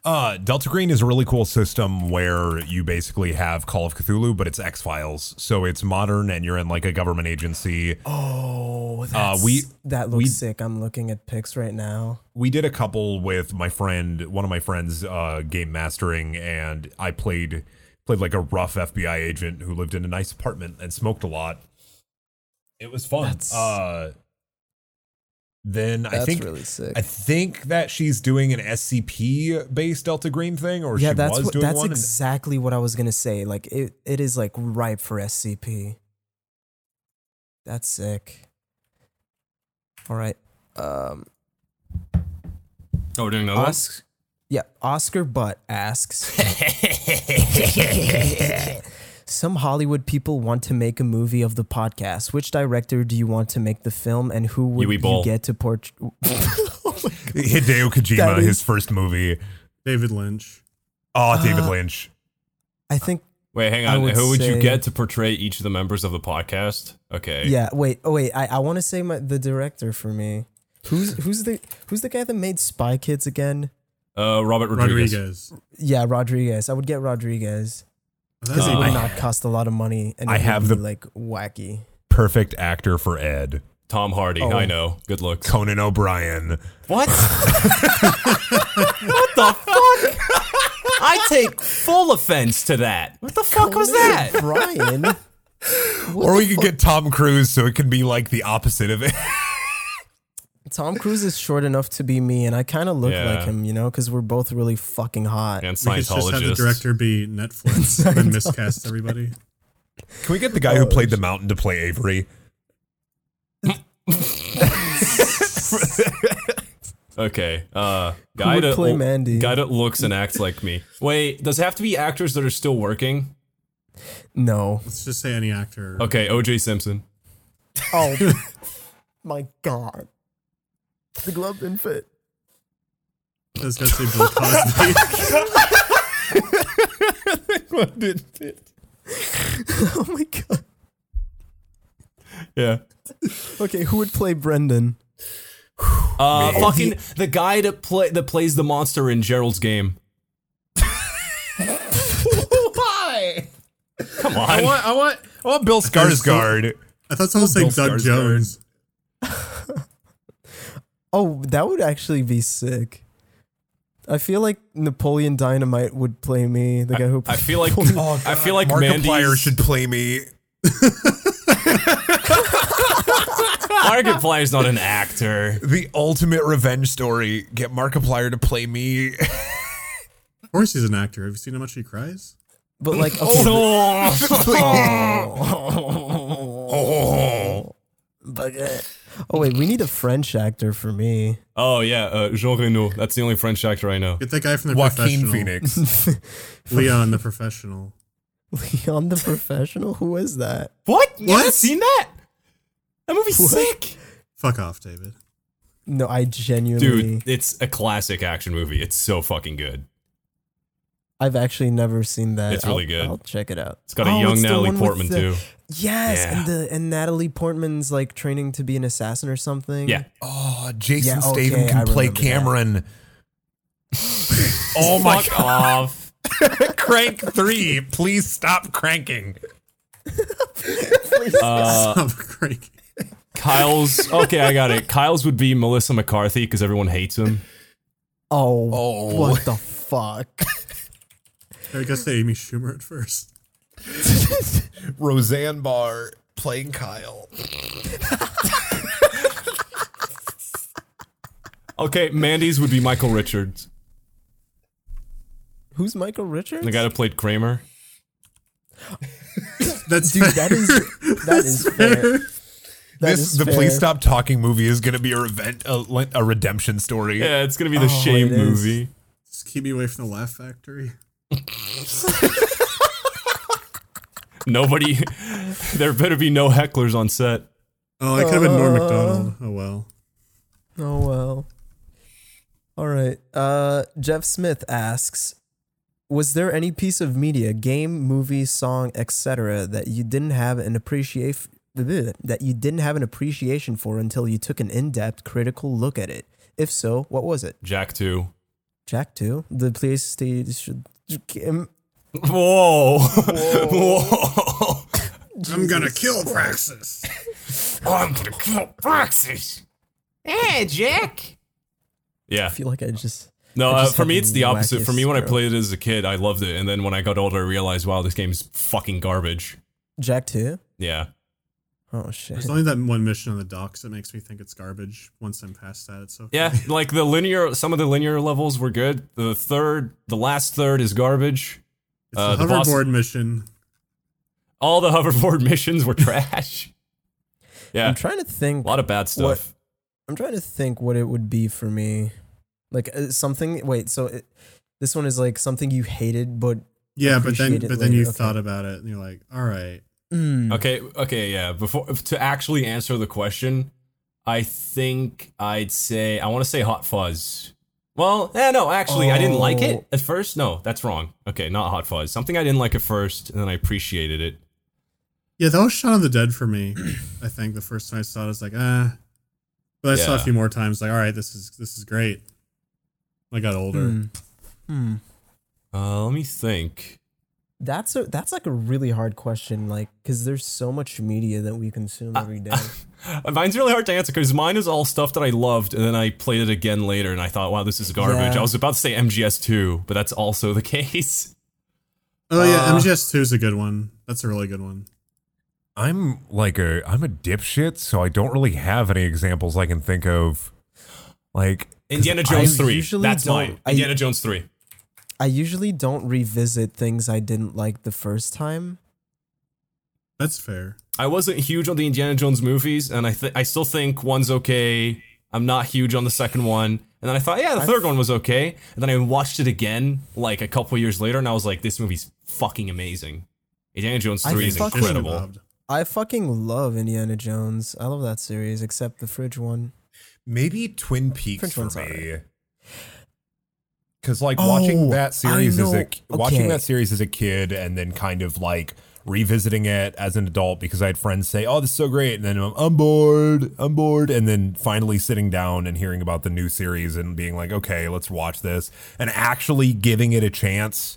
Speaker 5: Uh, Delta Green is a really cool system where you basically have Call of Cthulhu, but it's X Files, so it's modern, and you're in like a government agency.
Speaker 4: Oh,
Speaker 5: that's- Uh, we-
Speaker 4: that looks
Speaker 5: we-
Speaker 4: sick. I'm looking at pics right now.
Speaker 5: We did a couple with my friend, one of my friends, uh, game mastering, and I played played like a rough FBI agent who lived in a nice apartment and smoked a lot. It was fun.
Speaker 4: That's-
Speaker 5: uh, then
Speaker 4: That's
Speaker 5: I think
Speaker 4: really sick.
Speaker 5: I think that she's doing an SCP based Delta Green thing, or
Speaker 4: yeah,
Speaker 5: she
Speaker 4: that's
Speaker 5: was
Speaker 4: what,
Speaker 5: doing
Speaker 4: that's
Speaker 5: one. and-
Speaker 4: exactly what I was gonna say. Like it, it is like ripe for SCP. That's sick. All right. Um,
Speaker 6: Oh, we're doing another one?
Speaker 4: Osk, Yeah, Oscar Butt asks Some Hollywood people want to make a movie of the podcast. Which director do you want to make the film and who would
Speaker 6: Yui
Speaker 4: you
Speaker 6: Boll.
Speaker 4: get to portray?
Speaker 5: Hideo Kojima,
Speaker 4: That is-
Speaker 5: his first movie.
Speaker 2: David Lynch.
Speaker 5: Oh, David
Speaker 4: Uh,
Speaker 5: Lynch.
Speaker 4: I think
Speaker 6: Wait, hang
Speaker 4: I
Speaker 6: on.
Speaker 4: would
Speaker 6: Who would
Speaker 4: say-
Speaker 6: you get to portray each of the members of the podcast? Okay.
Speaker 4: yeah, wait. Oh wait, I, I want to say my, the director for me. Who's who's the who's the guy that made Spy Kids again?
Speaker 6: Uh, Robert Rodriguez.
Speaker 2: Rodriguez.
Speaker 4: Yeah, Rodriguez. I would get Rodriguez.
Speaker 2: That's
Speaker 4: Because it
Speaker 2: a-
Speaker 4: would
Speaker 6: I-
Speaker 4: not cost a lot of money and it
Speaker 5: I
Speaker 4: would
Speaker 5: have
Speaker 4: be,
Speaker 5: the-
Speaker 4: like wacky.
Speaker 5: Perfect actor for Ed.
Speaker 6: Tom Hardy.
Speaker 4: Oh.
Speaker 6: I know. Good looks.
Speaker 5: Conan O'Brien.
Speaker 6: What? what the fuck? I take full offense to that. What the fuck was that?
Speaker 4: Brian.
Speaker 5: or we could get Tom Cruise so it could be like the opposite of it.
Speaker 4: Tom Cruise is short enough to be me, and I kind of look
Speaker 6: Yeah.
Speaker 4: like him, you know, because we're both really fucking hot.
Speaker 6: And
Speaker 2: We could just have the
Speaker 6: Scientologist.
Speaker 2: director be Netflix and then miscast everybody.
Speaker 5: Can we get the guy who played the mountain to play Avery?
Speaker 6: Okay. Uh, guy
Speaker 4: would
Speaker 6: that
Speaker 4: play
Speaker 6: l-
Speaker 4: Mandy?
Speaker 6: Guy that looks and acts like me. Wait, does it have to be actors that are still working?
Speaker 4: No.
Speaker 2: Let's just say any actor.
Speaker 6: Okay, O.J. Simpson.
Speaker 4: Oh my god. The glove didn't fit.
Speaker 2: That's gonna say Bill Cosby.
Speaker 4: Oh my god.
Speaker 6: Yeah.
Speaker 4: Okay, who would play Brendan?
Speaker 6: Uh, fucking the guy that play that plays the monster in Gerald's game.
Speaker 4: Why?
Speaker 6: Come
Speaker 5: I
Speaker 6: on.
Speaker 5: want, I want, I want Bill Skarsgård.
Speaker 2: I thought someone said
Speaker 5: Bill
Speaker 2: Doug
Speaker 5: Skarsgård.
Speaker 2: Jones.
Speaker 4: Oh, that would actually be sick. I feel like Napoleon Dynamite would play me, the guy who
Speaker 6: I feel like
Speaker 4: Oh,
Speaker 6: I feel like
Speaker 5: Markiplier
Speaker 6: Mandy's-
Speaker 5: should play me.
Speaker 6: Markiplier is not an actor.
Speaker 5: The ultimate revenge story. Get Markiplier to play me.
Speaker 2: Of course, he's an actor. Have you seen how much he cries?
Speaker 4: but like okay,
Speaker 6: Oh,
Speaker 4: Oh wait, we need a French actor for me.
Speaker 6: Oh yeah, uh, Jean Reno. That's the only French actor I know.
Speaker 2: Get that guy from the
Speaker 5: Joaquin
Speaker 2: professional.
Speaker 5: Phoenix.
Speaker 2: Leon, the professional.
Speaker 4: Leon the Professional? Who is that?
Speaker 6: What? You
Speaker 2: What?
Speaker 6: haven't seen that? That movie's sick,
Speaker 2: Fuck off, David.
Speaker 4: No, I genuinely
Speaker 6: dude. It's a classic action movie. It's so fucking good.
Speaker 4: I've actually never seen that.
Speaker 6: It's really
Speaker 4: I'll-
Speaker 6: good.
Speaker 4: I'll check it out.
Speaker 6: It's got a young Natalie Portman too.
Speaker 4: Yes,
Speaker 6: Yeah.
Speaker 4: and the and Natalie Portman's like training to be an assassin or something.
Speaker 6: Yeah.
Speaker 5: Oh, Jason
Speaker 4: Yeah, okay,
Speaker 5: Statham
Speaker 4: I
Speaker 5: can play
Speaker 4: remember that.
Speaker 5: Cameron. oh my
Speaker 6: Fuck off.
Speaker 5: god. Crank three. Please stop cranking. Uh,
Speaker 2: Stop cranking.
Speaker 6: Uh, Kyle's okay. I got it. Kyle's would be Melissa McCarthy because everyone hates him.
Speaker 4: Oh,
Speaker 5: Oh.
Speaker 4: what the fuck?
Speaker 2: I guess say Amy Schumer at first.
Speaker 5: Roseanne Barr playing Kyle.
Speaker 6: Okay, Mandy's would be Michael Richards,
Speaker 4: Who's Michael Richards?
Speaker 6: the guy that played Kramer.
Speaker 2: That's
Speaker 4: Dude, that is that is fair. That
Speaker 5: this
Speaker 4: is
Speaker 5: the
Speaker 4: fair.
Speaker 5: Please Stop Talking movie is going to be a, revenge, a, le- a redemption story.
Speaker 6: Yeah, it's gonna be the shame
Speaker 4: Oh, it is.
Speaker 6: movie.
Speaker 2: Just keep me away from the Laugh Factory.
Speaker 6: Nobody, there better be no hecklers on set.
Speaker 2: Oh, I could have been Norm Macdonald. Oh well.
Speaker 4: Oh well. All right. Uh, Jeff Smith asks, was there any piece of media, game, movie, song, etc., that you didn't have an appreciate that you didn't have an appreciation for until you took an in-depth critical look at it? If so, what was it?
Speaker 6: Jack too.
Speaker 4: Jack Two, the PlayStation. Game.
Speaker 6: Whoa. Whoa.
Speaker 2: I'm gonna kill Praxis.
Speaker 6: I'm gonna kill Praxis.
Speaker 9: Hey, Jack.
Speaker 6: Yeah.
Speaker 4: I feel like I just
Speaker 6: No,
Speaker 4: I
Speaker 6: uh,
Speaker 4: just
Speaker 6: for
Speaker 4: had
Speaker 6: me,
Speaker 4: the
Speaker 6: it's the opposite. For me,
Speaker 4: wackiest
Speaker 6: when I
Speaker 4: throw.
Speaker 6: played it as a kid, I loved it. And then when I got older, I realized, wow, this game's fucking garbage.
Speaker 4: Jack Two.
Speaker 6: Yeah.
Speaker 4: Oh shit!
Speaker 2: There's only that one mission on the docks that makes me think it's garbage. Once I'm past that, it's okay.
Speaker 6: Yeah. Like the linear, some of the linear levels were good. The third, the last third is garbage.
Speaker 2: It's
Speaker 6: Uh,
Speaker 2: the
Speaker 6: the boss-
Speaker 2: hoverboard mission.
Speaker 6: All the hoverboard missions were trash. Yeah.
Speaker 4: I'm trying to think.
Speaker 6: A lot of bad stuff.
Speaker 4: I'm trying to think what it would be for me. Like uh, something. Wait, so it, this one is like something you hated, but
Speaker 2: Yeah, but then
Speaker 4: Appreciate it
Speaker 2: but then you
Speaker 4: later, okay.
Speaker 2: thought about it and you're like, all right,
Speaker 4: mm,
Speaker 6: Okay, okay, yeah. Before to actually answer the question, I think I'd say I want to say Hot Fuzz. Well, eh, no, actually, I didn't like
Speaker 4: Oh.
Speaker 6: it at first. No, that's wrong. Okay, not Hot Fuzz. Something I didn't like at first, and then I appreciated it.
Speaker 2: yeah, that was Shaun of the Dead for me. I think the first time I saw it, I was like, ah. But I saw it a
Speaker 6: Yeah.
Speaker 2: few more times, like, all right, this is this is great. I got older.
Speaker 4: Hmm.
Speaker 6: Uh, let me think.
Speaker 4: that's a that's like a really hard question. Like, because there's so much media that we consume every day.
Speaker 6: Uh, Mine's really hard to answer because mine is all stuff that I loved, and then I played it again later, and I thought, wow, this is garbage.
Speaker 4: Yeah.
Speaker 6: I was about to say MGS2, but that's also the case.
Speaker 2: Oh yeah,
Speaker 6: Uh,
Speaker 2: MGS two is a good one. That's a really good one.
Speaker 5: I'm like a I'm a dipshit, so I don't really have any examples I can think of. Like 'cause
Speaker 6: Indiana Jones
Speaker 5: I-
Speaker 6: 3.
Speaker 4: usually
Speaker 6: That's
Speaker 4: don't-
Speaker 6: mine.
Speaker 4: I-
Speaker 6: Indiana Jones 3.
Speaker 4: I usually don't revisit things I didn't like the first time.
Speaker 2: That's fair.
Speaker 6: I wasn't huge on the Indiana Jones movies, and I th- I still think one's okay. I'm not huge on the second one, and then I thought, yeah, the third one was okay, and then I watched it again like a couple years later, and I was like, this movie's fucking amazing. Indiana Jones
Speaker 4: I
Speaker 6: three is
Speaker 4: fucking-
Speaker 6: incredible.
Speaker 4: I fucking love Indiana Jones. I love that series, except the fridge one.
Speaker 5: Maybe Twin Peaks
Speaker 4: French
Speaker 5: for
Speaker 4: one's alright.
Speaker 5: me. Cause like watching
Speaker 4: Oh,
Speaker 5: that series
Speaker 4: I
Speaker 5: as a
Speaker 4: know. Okay.
Speaker 5: watching that series as a kid and then kind of like revisiting it as an adult because I had friends say, "Oh, this is so great," and then I'm, I'm bored, I'm bored, and then finally sitting down and hearing about the new series and being like, "Okay, let's watch this," and actually giving it a chance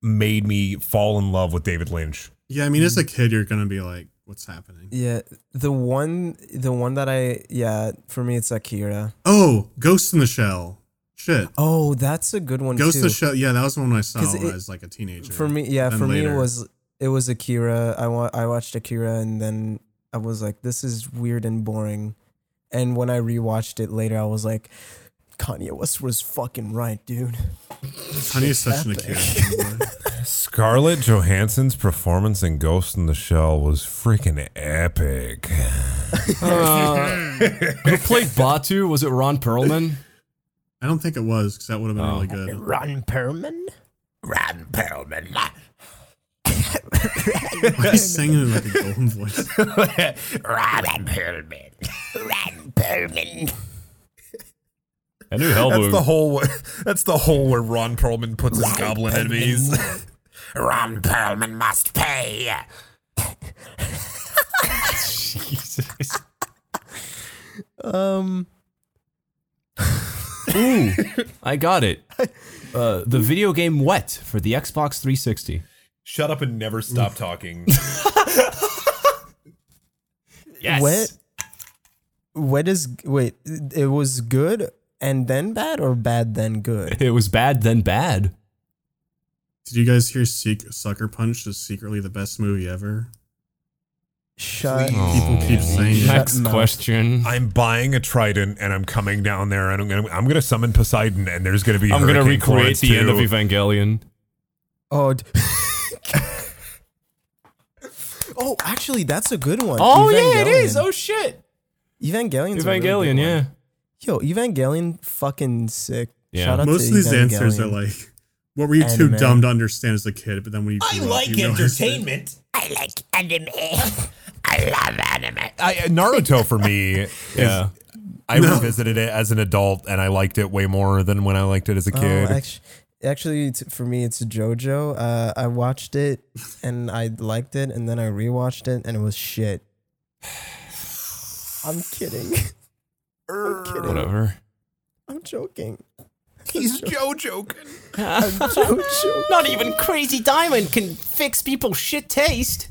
Speaker 5: made me fall in love with David Lynch.
Speaker 2: Yeah, I mean,
Speaker 4: Mm.
Speaker 2: as a kid, you're gonna be like, what's happening?
Speaker 4: Yeah, the one, the one that I, yeah, for me it's Akira.
Speaker 2: Oh, Ghost in the Shell. Shit.
Speaker 4: Oh, that's a good one
Speaker 2: Ghost
Speaker 4: too.
Speaker 2: in the Shell. Yeah, that was the one I saw
Speaker 4: 'Cause
Speaker 2: when
Speaker 4: it-
Speaker 2: I was like a teenager.
Speaker 4: for me, yeah,
Speaker 2: Then
Speaker 4: for me
Speaker 2: later.
Speaker 4: it was it was Akira. I wa- I watched Akira and then I was like, this is weird and boring. And when I rewatched it later, I was like, Kanye West was fucking right, dude.
Speaker 2: Honey is such an Akira.
Speaker 5: Scarlett Johansson's performance in Ghost in the Shell was freaking epic.
Speaker 6: Uh, Who played Batu? Was it Ron Perlman?
Speaker 2: I don't think it was because that would have been really
Speaker 4: Oh.
Speaker 2: good.
Speaker 4: Ron Perlman.
Speaker 5: Ron Perlman.
Speaker 2: Why are you singing in like a golden voice?
Speaker 5: Ron Perlman. Ron Perlman.
Speaker 6: I knew Hellboy.
Speaker 5: That's the whole. That's the whole where Ron Perlman puts his goblin enemies. Ron Perlman must pay.
Speaker 4: Um,
Speaker 6: Ooh, I got it. Uh, the video game Wet for the Xbox 360.
Speaker 5: Shut up and never
Speaker 6: Mm.
Speaker 5: stop talking.
Speaker 6: Yes.
Speaker 4: Wet. Wet is wait. It was good and then bad, or bad then good.
Speaker 6: It was bad then bad.
Speaker 2: Did you guys hear Sec- Sucker Punch is secretly the best movie ever?
Speaker 4: Shut.
Speaker 2: People keep saying it.
Speaker 6: Next question.
Speaker 5: I'm buying a trident and I'm coming down there and I'm gonna I'm gonna summon Poseidon and there's gonna be.
Speaker 6: I'm gonna
Speaker 5: Hurricane
Speaker 6: recreate
Speaker 5: Florence
Speaker 6: the end of
Speaker 5: too.
Speaker 6: Evangelion.
Speaker 4: Oh. d- oh, actually, that's a good one.
Speaker 6: Oh,
Speaker 4: Evangelion.
Speaker 6: shit.
Speaker 4: Evangelion's a really good
Speaker 6: Evangelion,
Speaker 4: one.
Speaker 6: yeah.
Speaker 4: Yo, Evangelion, fucking sick.
Speaker 6: Yeah.
Speaker 4: Shout out
Speaker 2: Most
Speaker 4: to
Speaker 2: of these answers are
Speaker 4: Evangelion.
Speaker 2: like, what were you too
Speaker 4: Anime.
Speaker 2: dumb to understand as a kid? But then when you grew up, you realized it.
Speaker 10: I like anime. I love anime.
Speaker 5: I, Naruto for me. yeah.
Speaker 6: Yeah.
Speaker 5: I revisited it as an adult and I liked it way more than when I liked it as a
Speaker 4: Oh,
Speaker 5: kid.
Speaker 4: actu- actually, it's for me, it's JoJo. Uh, I watched it and I liked it, and then I rewatched it, and it was shit. I'm kidding. I'm kidding.
Speaker 6: Whatever.
Speaker 4: I'm joking.
Speaker 5: He's JoJo.
Speaker 4: JoJo.
Speaker 9: Not even Crazy Diamond can fix people's shit taste.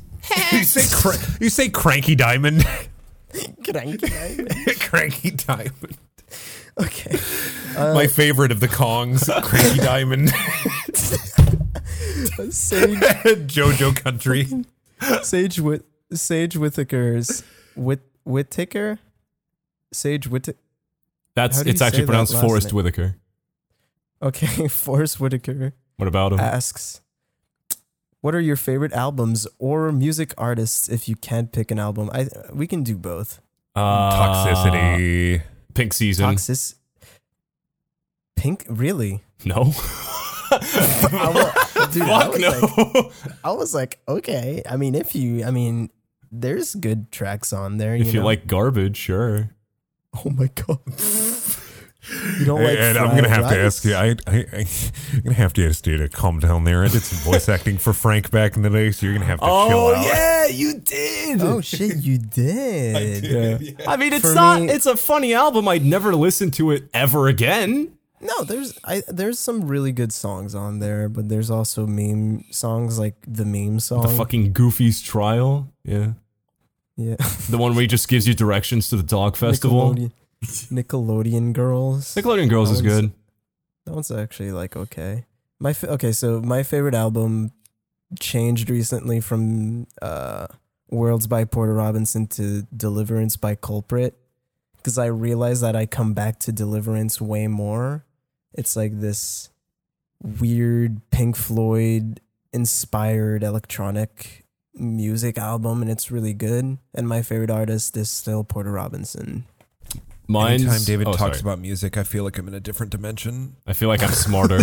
Speaker 5: You say cra- you say cranky diamond.
Speaker 4: Cranky.
Speaker 5: cranky diamond.
Speaker 4: Okay.
Speaker 6: Uh,
Speaker 5: My favorite of the Kongs, cranky diamond.
Speaker 4: Sage,
Speaker 5: JoJo country.
Speaker 4: Sage with Sage Whittaker's with Whittaker. Sage Whittaker.
Speaker 6: That's
Speaker 4: How do you
Speaker 6: it's
Speaker 4: say
Speaker 6: actually
Speaker 4: that
Speaker 6: pronounced
Speaker 4: last
Speaker 6: Forrest
Speaker 4: name?
Speaker 6: Whitaker.
Speaker 4: Okay, Forrest Whitaker
Speaker 6: What about him?
Speaker 4: asks, "What are your favorite albums or music artists? If you can't pick an album, I we can do both.
Speaker 6: Uh,
Speaker 5: Toxicity.
Speaker 6: Pink season.
Speaker 4: Toxic, pink? Really?
Speaker 6: No.
Speaker 4: I wa- dude, I
Speaker 6: Fuck
Speaker 4: was
Speaker 6: no.
Speaker 4: like- I was like, okay. I mean, if you, I mean, there's good tracks on there. You
Speaker 6: if you
Speaker 4: know?
Speaker 6: like garbage, sure.
Speaker 4: oh my god, you don't Oh, like.
Speaker 5: and I'm gonna
Speaker 4: fried
Speaker 5: have to
Speaker 4: rice?
Speaker 5: ask you. I, I, I, I'm gonna have to ask you to calm down there. I did some voice acting for Frank back in the day, so you're gonna have to
Speaker 6: Oh,
Speaker 5: chill out.
Speaker 6: you did.
Speaker 4: Oh shit, you did.
Speaker 6: I mean, it's
Speaker 4: For
Speaker 6: not.
Speaker 4: me-
Speaker 6: it's a funny album. I'd never listen to it ever again.
Speaker 4: No, there's I, there's some really good songs on there, but there's also meme songs like the meme song.
Speaker 6: The fucking Goofy's trial. Yeah.
Speaker 4: yeah,
Speaker 6: The one where he just gives you directions to the dog festival.
Speaker 4: Nickelodeon, Nickelodeon girls.
Speaker 6: Nickelodeon Girls is
Speaker 4: That one's-
Speaker 6: good.
Speaker 4: That one's actually like okay. My fa- okay, so my favorite album changed recently from uh, Worlds by Porter Robinson to Deliverance by Culprit because I realized that I come back to Deliverance way more. It's like this weird Pink Floyd inspired electronic music album, and it's really good. And my favorite artist is still Porter Robinson.
Speaker 6: Mine's,
Speaker 3: Anytime David
Speaker 6: oh,
Speaker 3: talks
Speaker 6: sorry.
Speaker 3: about music, I feel like I'm in a different dimension.
Speaker 6: I feel like I'm smarter.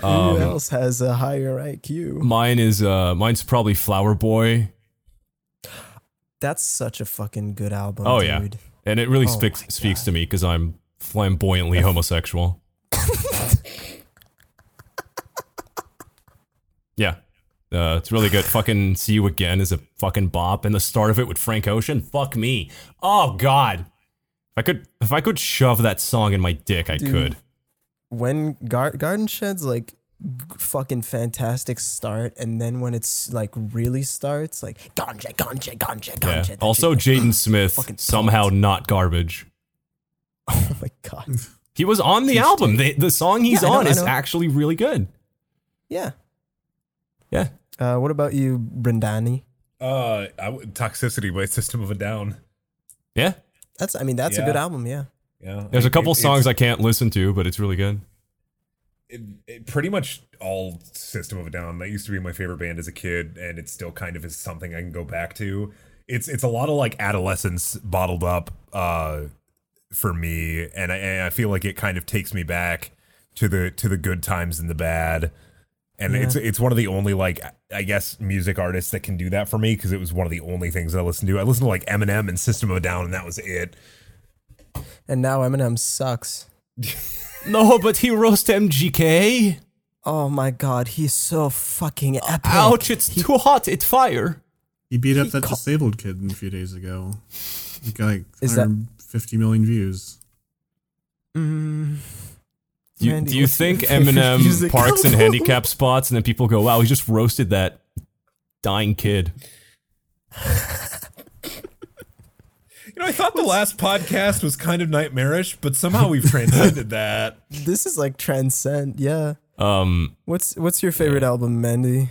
Speaker 4: Who
Speaker 6: um,
Speaker 4: else has a higher IQ?
Speaker 6: mine is uh, mine's probably Flower Boy,
Speaker 4: That's such a fucking good album.
Speaker 6: Oh,
Speaker 4: dude.
Speaker 6: yeah. and it really
Speaker 4: Oh
Speaker 6: speaks
Speaker 4: my
Speaker 6: speaks to me because I'm flamboyantly homosexual. yeah, uh, it's really good. Fucking see you again is a fucking bop, and the start of it with Frank Ocean. Fuck me. Oh God. If I could, if I could shove that song in my dick, I
Speaker 4: Dude.
Speaker 6: could.
Speaker 4: When Gar- Garden Shed's like g- fucking fantastic start, and then when it's like really starts, like ganja, ganja, ganja,
Speaker 6: Yeah.
Speaker 4: ganja. that
Speaker 6: Also,
Speaker 4: shit, like,
Speaker 6: Jaden
Speaker 4: fucking
Speaker 6: Smith somehow not garbage.
Speaker 4: oh my god.
Speaker 6: He was on the album. The, the song he's
Speaker 4: Yeah, I know,
Speaker 6: on
Speaker 4: I
Speaker 6: is
Speaker 4: know.
Speaker 6: actually really good.
Speaker 4: Yeah.
Speaker 6: Yeah.
Speaker 4: Uh, what about you, Brindani?
Speaker 5: Uh, I w- toxicity by System of a Down.
Speaker 6: Yeah.
Speaker 4: That's I mean that's a
Speaker 5: Yeah.
Speaker 4: good album. Yeah.
Speaker 5: Yeah,
Speaker 6: There's a couple
Speaker 5: It- it's-
Speaker 6: songs I can't listen to, but it's really good.
Speaker 5: it, it pretty much all System of a Down. That used to be my favorite band as a kid, and it still kind of is something I can go back to. It's it's a lot of like adolescence bottled up uh, for me, and I, and I feel like it kind of takes me back to the to the good times and the bad. And it's it's one of the only like I guess music artists that can do that for me because it was one of the only things I listened to. I listened to like Eminem and System of a Down, and that was it.
Speaker 4: And now Eminem sucks.
Speaker 6: No, but he roast MGK.
Speaker 4: Oh my god, he's so fucking epic.
Speaker 6: it's too hot. It fire.
Speaker 2: He beat up that disabled kid a few days ago. He got like
Speaker 4: Is that-
Speaker 2: 150 million views.
Speaker 4: Mm.
Speaker 6: You,
Speaker 4: Randy,
Speaker 6: do you
Speaker 4: what's your
Speaker 6: think
Speaker 4: favorite
Speaker 6: Eminem
Speaker 4: music
Speaker 6: parks in
Speaker 4: album?
Speaker 6: handicap spots and then people go, wow, he just roasted that dying kid?
Speaker 5: You know, I thought the last podcast was kind of nightmarish, but somehow we've transcended that.
Speaker 4: This is like transcend. Yeah.
Speaker 6: Um,
Speaker 4: What's what's your favorite album, Mandy?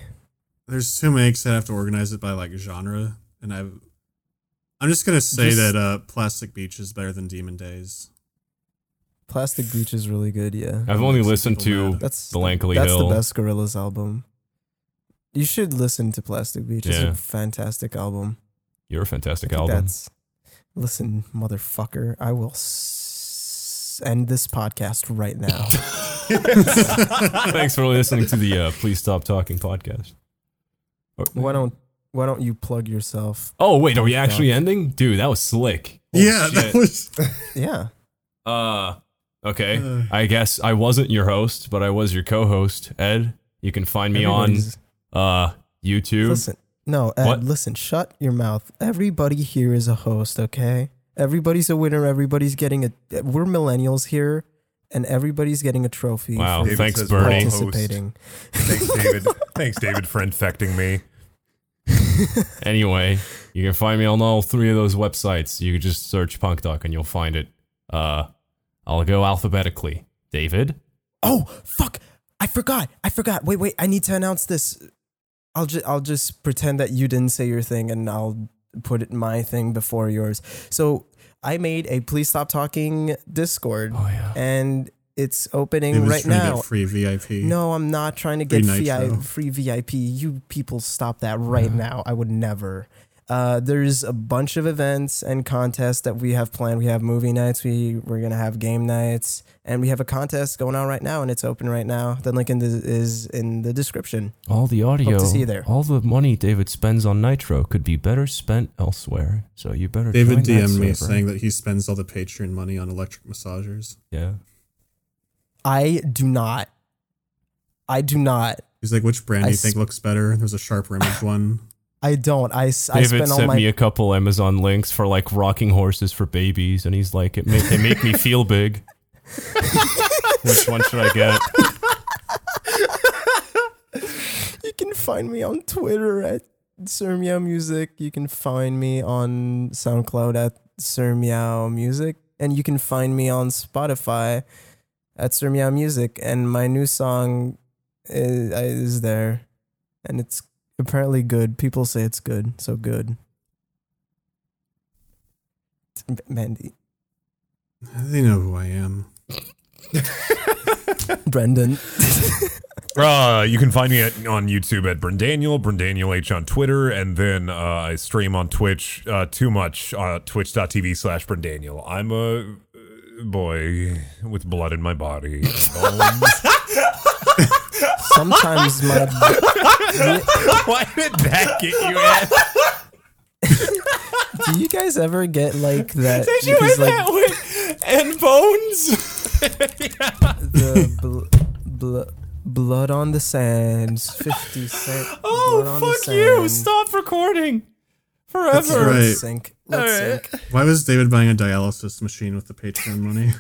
Speaker 2: There's too many 'cause I'd have to organize it by like genre, and I've. I'm just gonna say
Speaker 4: Just-
Speaker 2: that uh, Plastic Beach is better than Demon Days.
Speaker 4: Plastic Beach is really good. Yeah.
Speaker 6: I've only listened
Speaker 2: People
Speaker 6: to
Speaker 2: mad.
Speaker 4: That's
Speaker 6: Blankley
Speaker 4: that's
Speaker 6: Hill.
Speaker 4: the best Gorillaz album. You should listen to Plastic Beach. It's
Speaker 6: Yeah.
Speaker 4: a fantastic album.
Speaker 6: You're a fantastic
Speaker 4: I think
Speaker 6: album.
Speaker 4: That's listen, motherfucker. I will s- end this podcast right now.
Speaker 6: Thanks for listening to the uh, Please Stop Talking podcast. Or-
Speaker 4: why don't Why don't you plug yourself?
Speaker 6: Oh, wait, are we actually ending? Dude, that was slick.
Speaker 2: yeah, that
Speaker 6: shit.
Speaker 2: was.
Speaker 4: Yeah.
Speaker 6: Uh, okay.
Speaker 4: Uh.
Speaker 6: I guess I wasn't your host, but I was your co-host, Ed. You can find me
Speaker 4: Everybody's-
Speaker 6: on uh YouTube.
Speaker 4: Listen. No, Ed,
Speaker 6: What?
Speaker 4: listen, shut your mouth. Everybody here is a host, okay? Everybody's a winner. Everybody's getting a. We're millennials here, and everybody's getting a trophy.
Speaker 6: Wow,
Speaker 4: for
Speaker 5: David
Speaker 6: thanks,
Speaker 5: says
Speaker 6: Bernie.
Speaker 5: we're all hosts.
Speaker 4: participating.
Speaker 5: Thanks, David. Thanks, David, for infecting me.
Speaker 6: Anyway, you can find me on all three of those websites. You can just search Punk Duck and you'll find it. Uh, I'll go alphabetically. David.
Speaker 4: Oh fuck! I forgot. I forgot. Wait, wait. I need to announce this. I'll just I'll just pretend that you didn't say your thing, and I'll put it my thing before yours. So I made a please stop talking Discord,
Speaker 6: Oh, yeah.
Speaker 4: and it's
Speaker 2: He
Speaker 4: opening
Speaker 2: was
Speaker 4: right
Speaker 2: trying to
Speaker 4: now.
Speaker 2: get free VIP.
Speaker 4: No, I'm not trying to get
Speaker 2: Free
Speaker 4: VI
Speaker 2: nitro.
Speaker 4: free VIP. You people stop that right now. I would never. Uh, there's a bunch of events and contests that we have planned. We have movie nights. We we're gonna have game nights, and we have a contest going on right now, and it's open right now. The link in the, is in the description.
Speaker 6: All the audio,
Speaker 4: Hope to see you there.
Speaker 6: all the money David spends on Nitro could be better spent elsewhere. So you better.
Speaker 2: David
Speaker 6: join that
Speaker 2: DM'd me
Speaker 6: server.
Speaker 2: saying that he spends all the Patreon money on electric massagers.
Speaker 6: Yeah.
Speaker 4: I do not. I do not.
Speaker 2: He's like, which brand
Speaker 4: I
Speaker 2: do you think looks better? There's a sharper image one.
Speaker 4: I don't. I, s- I
Speaker 6: David
Speaker 4: spend all
Speaker 6: sent
Speaker 4: my.
Speaker 6: me a couple Amazon links for like rocking horses for babies, and he's like, it ma- they make me feel big. Which one should I get?
Speaker 4: you can find me on Twitter at Sir Meow Music. You can find me on SoundCloud at Sir Meow Music. And you can find me on Spotify at Sir Meow Music. And my new song is, is there. And it's apparently good. People say it's good. So good. Mandy.
Speaker 2: They know who I am.
Speaker 4: Brendan.
Speaker 5: Uh, you can find me at, on YouTube at Brendaniel, Brendaniel H on Twitter, and then uh, I stream on Twitch uh, too much uh, twitch.tv slash Brendaniel. I'm a uh, boy with blood in my body. Bones.
Speaker 4: Sometimes my.
Speaker 5: Why did that get you in?
Speaker 4: Do you guys ever get like that?
Speaker 1: Did you
Speaker 4: because,
Speaker 1: hit
Speaker 4: like,
Speaker 1: that with and bones?
Speaker 4: the bl- bl- blood on the sands 50 cent blood
Speaker 1: Oh
Speaker 4: on
Speaker 1: fuck
Speaker 4: the
Speaker 1: you!
Speaker 4: Sand.
Speaker 1: Stop recording forever.
Speaker 2: right.
Speaker 4: let's sink let's
Speaker 1: All right.
Speaker 4: sink
Speaker 2: Why was David buying a dialysis machine with the Patreon money?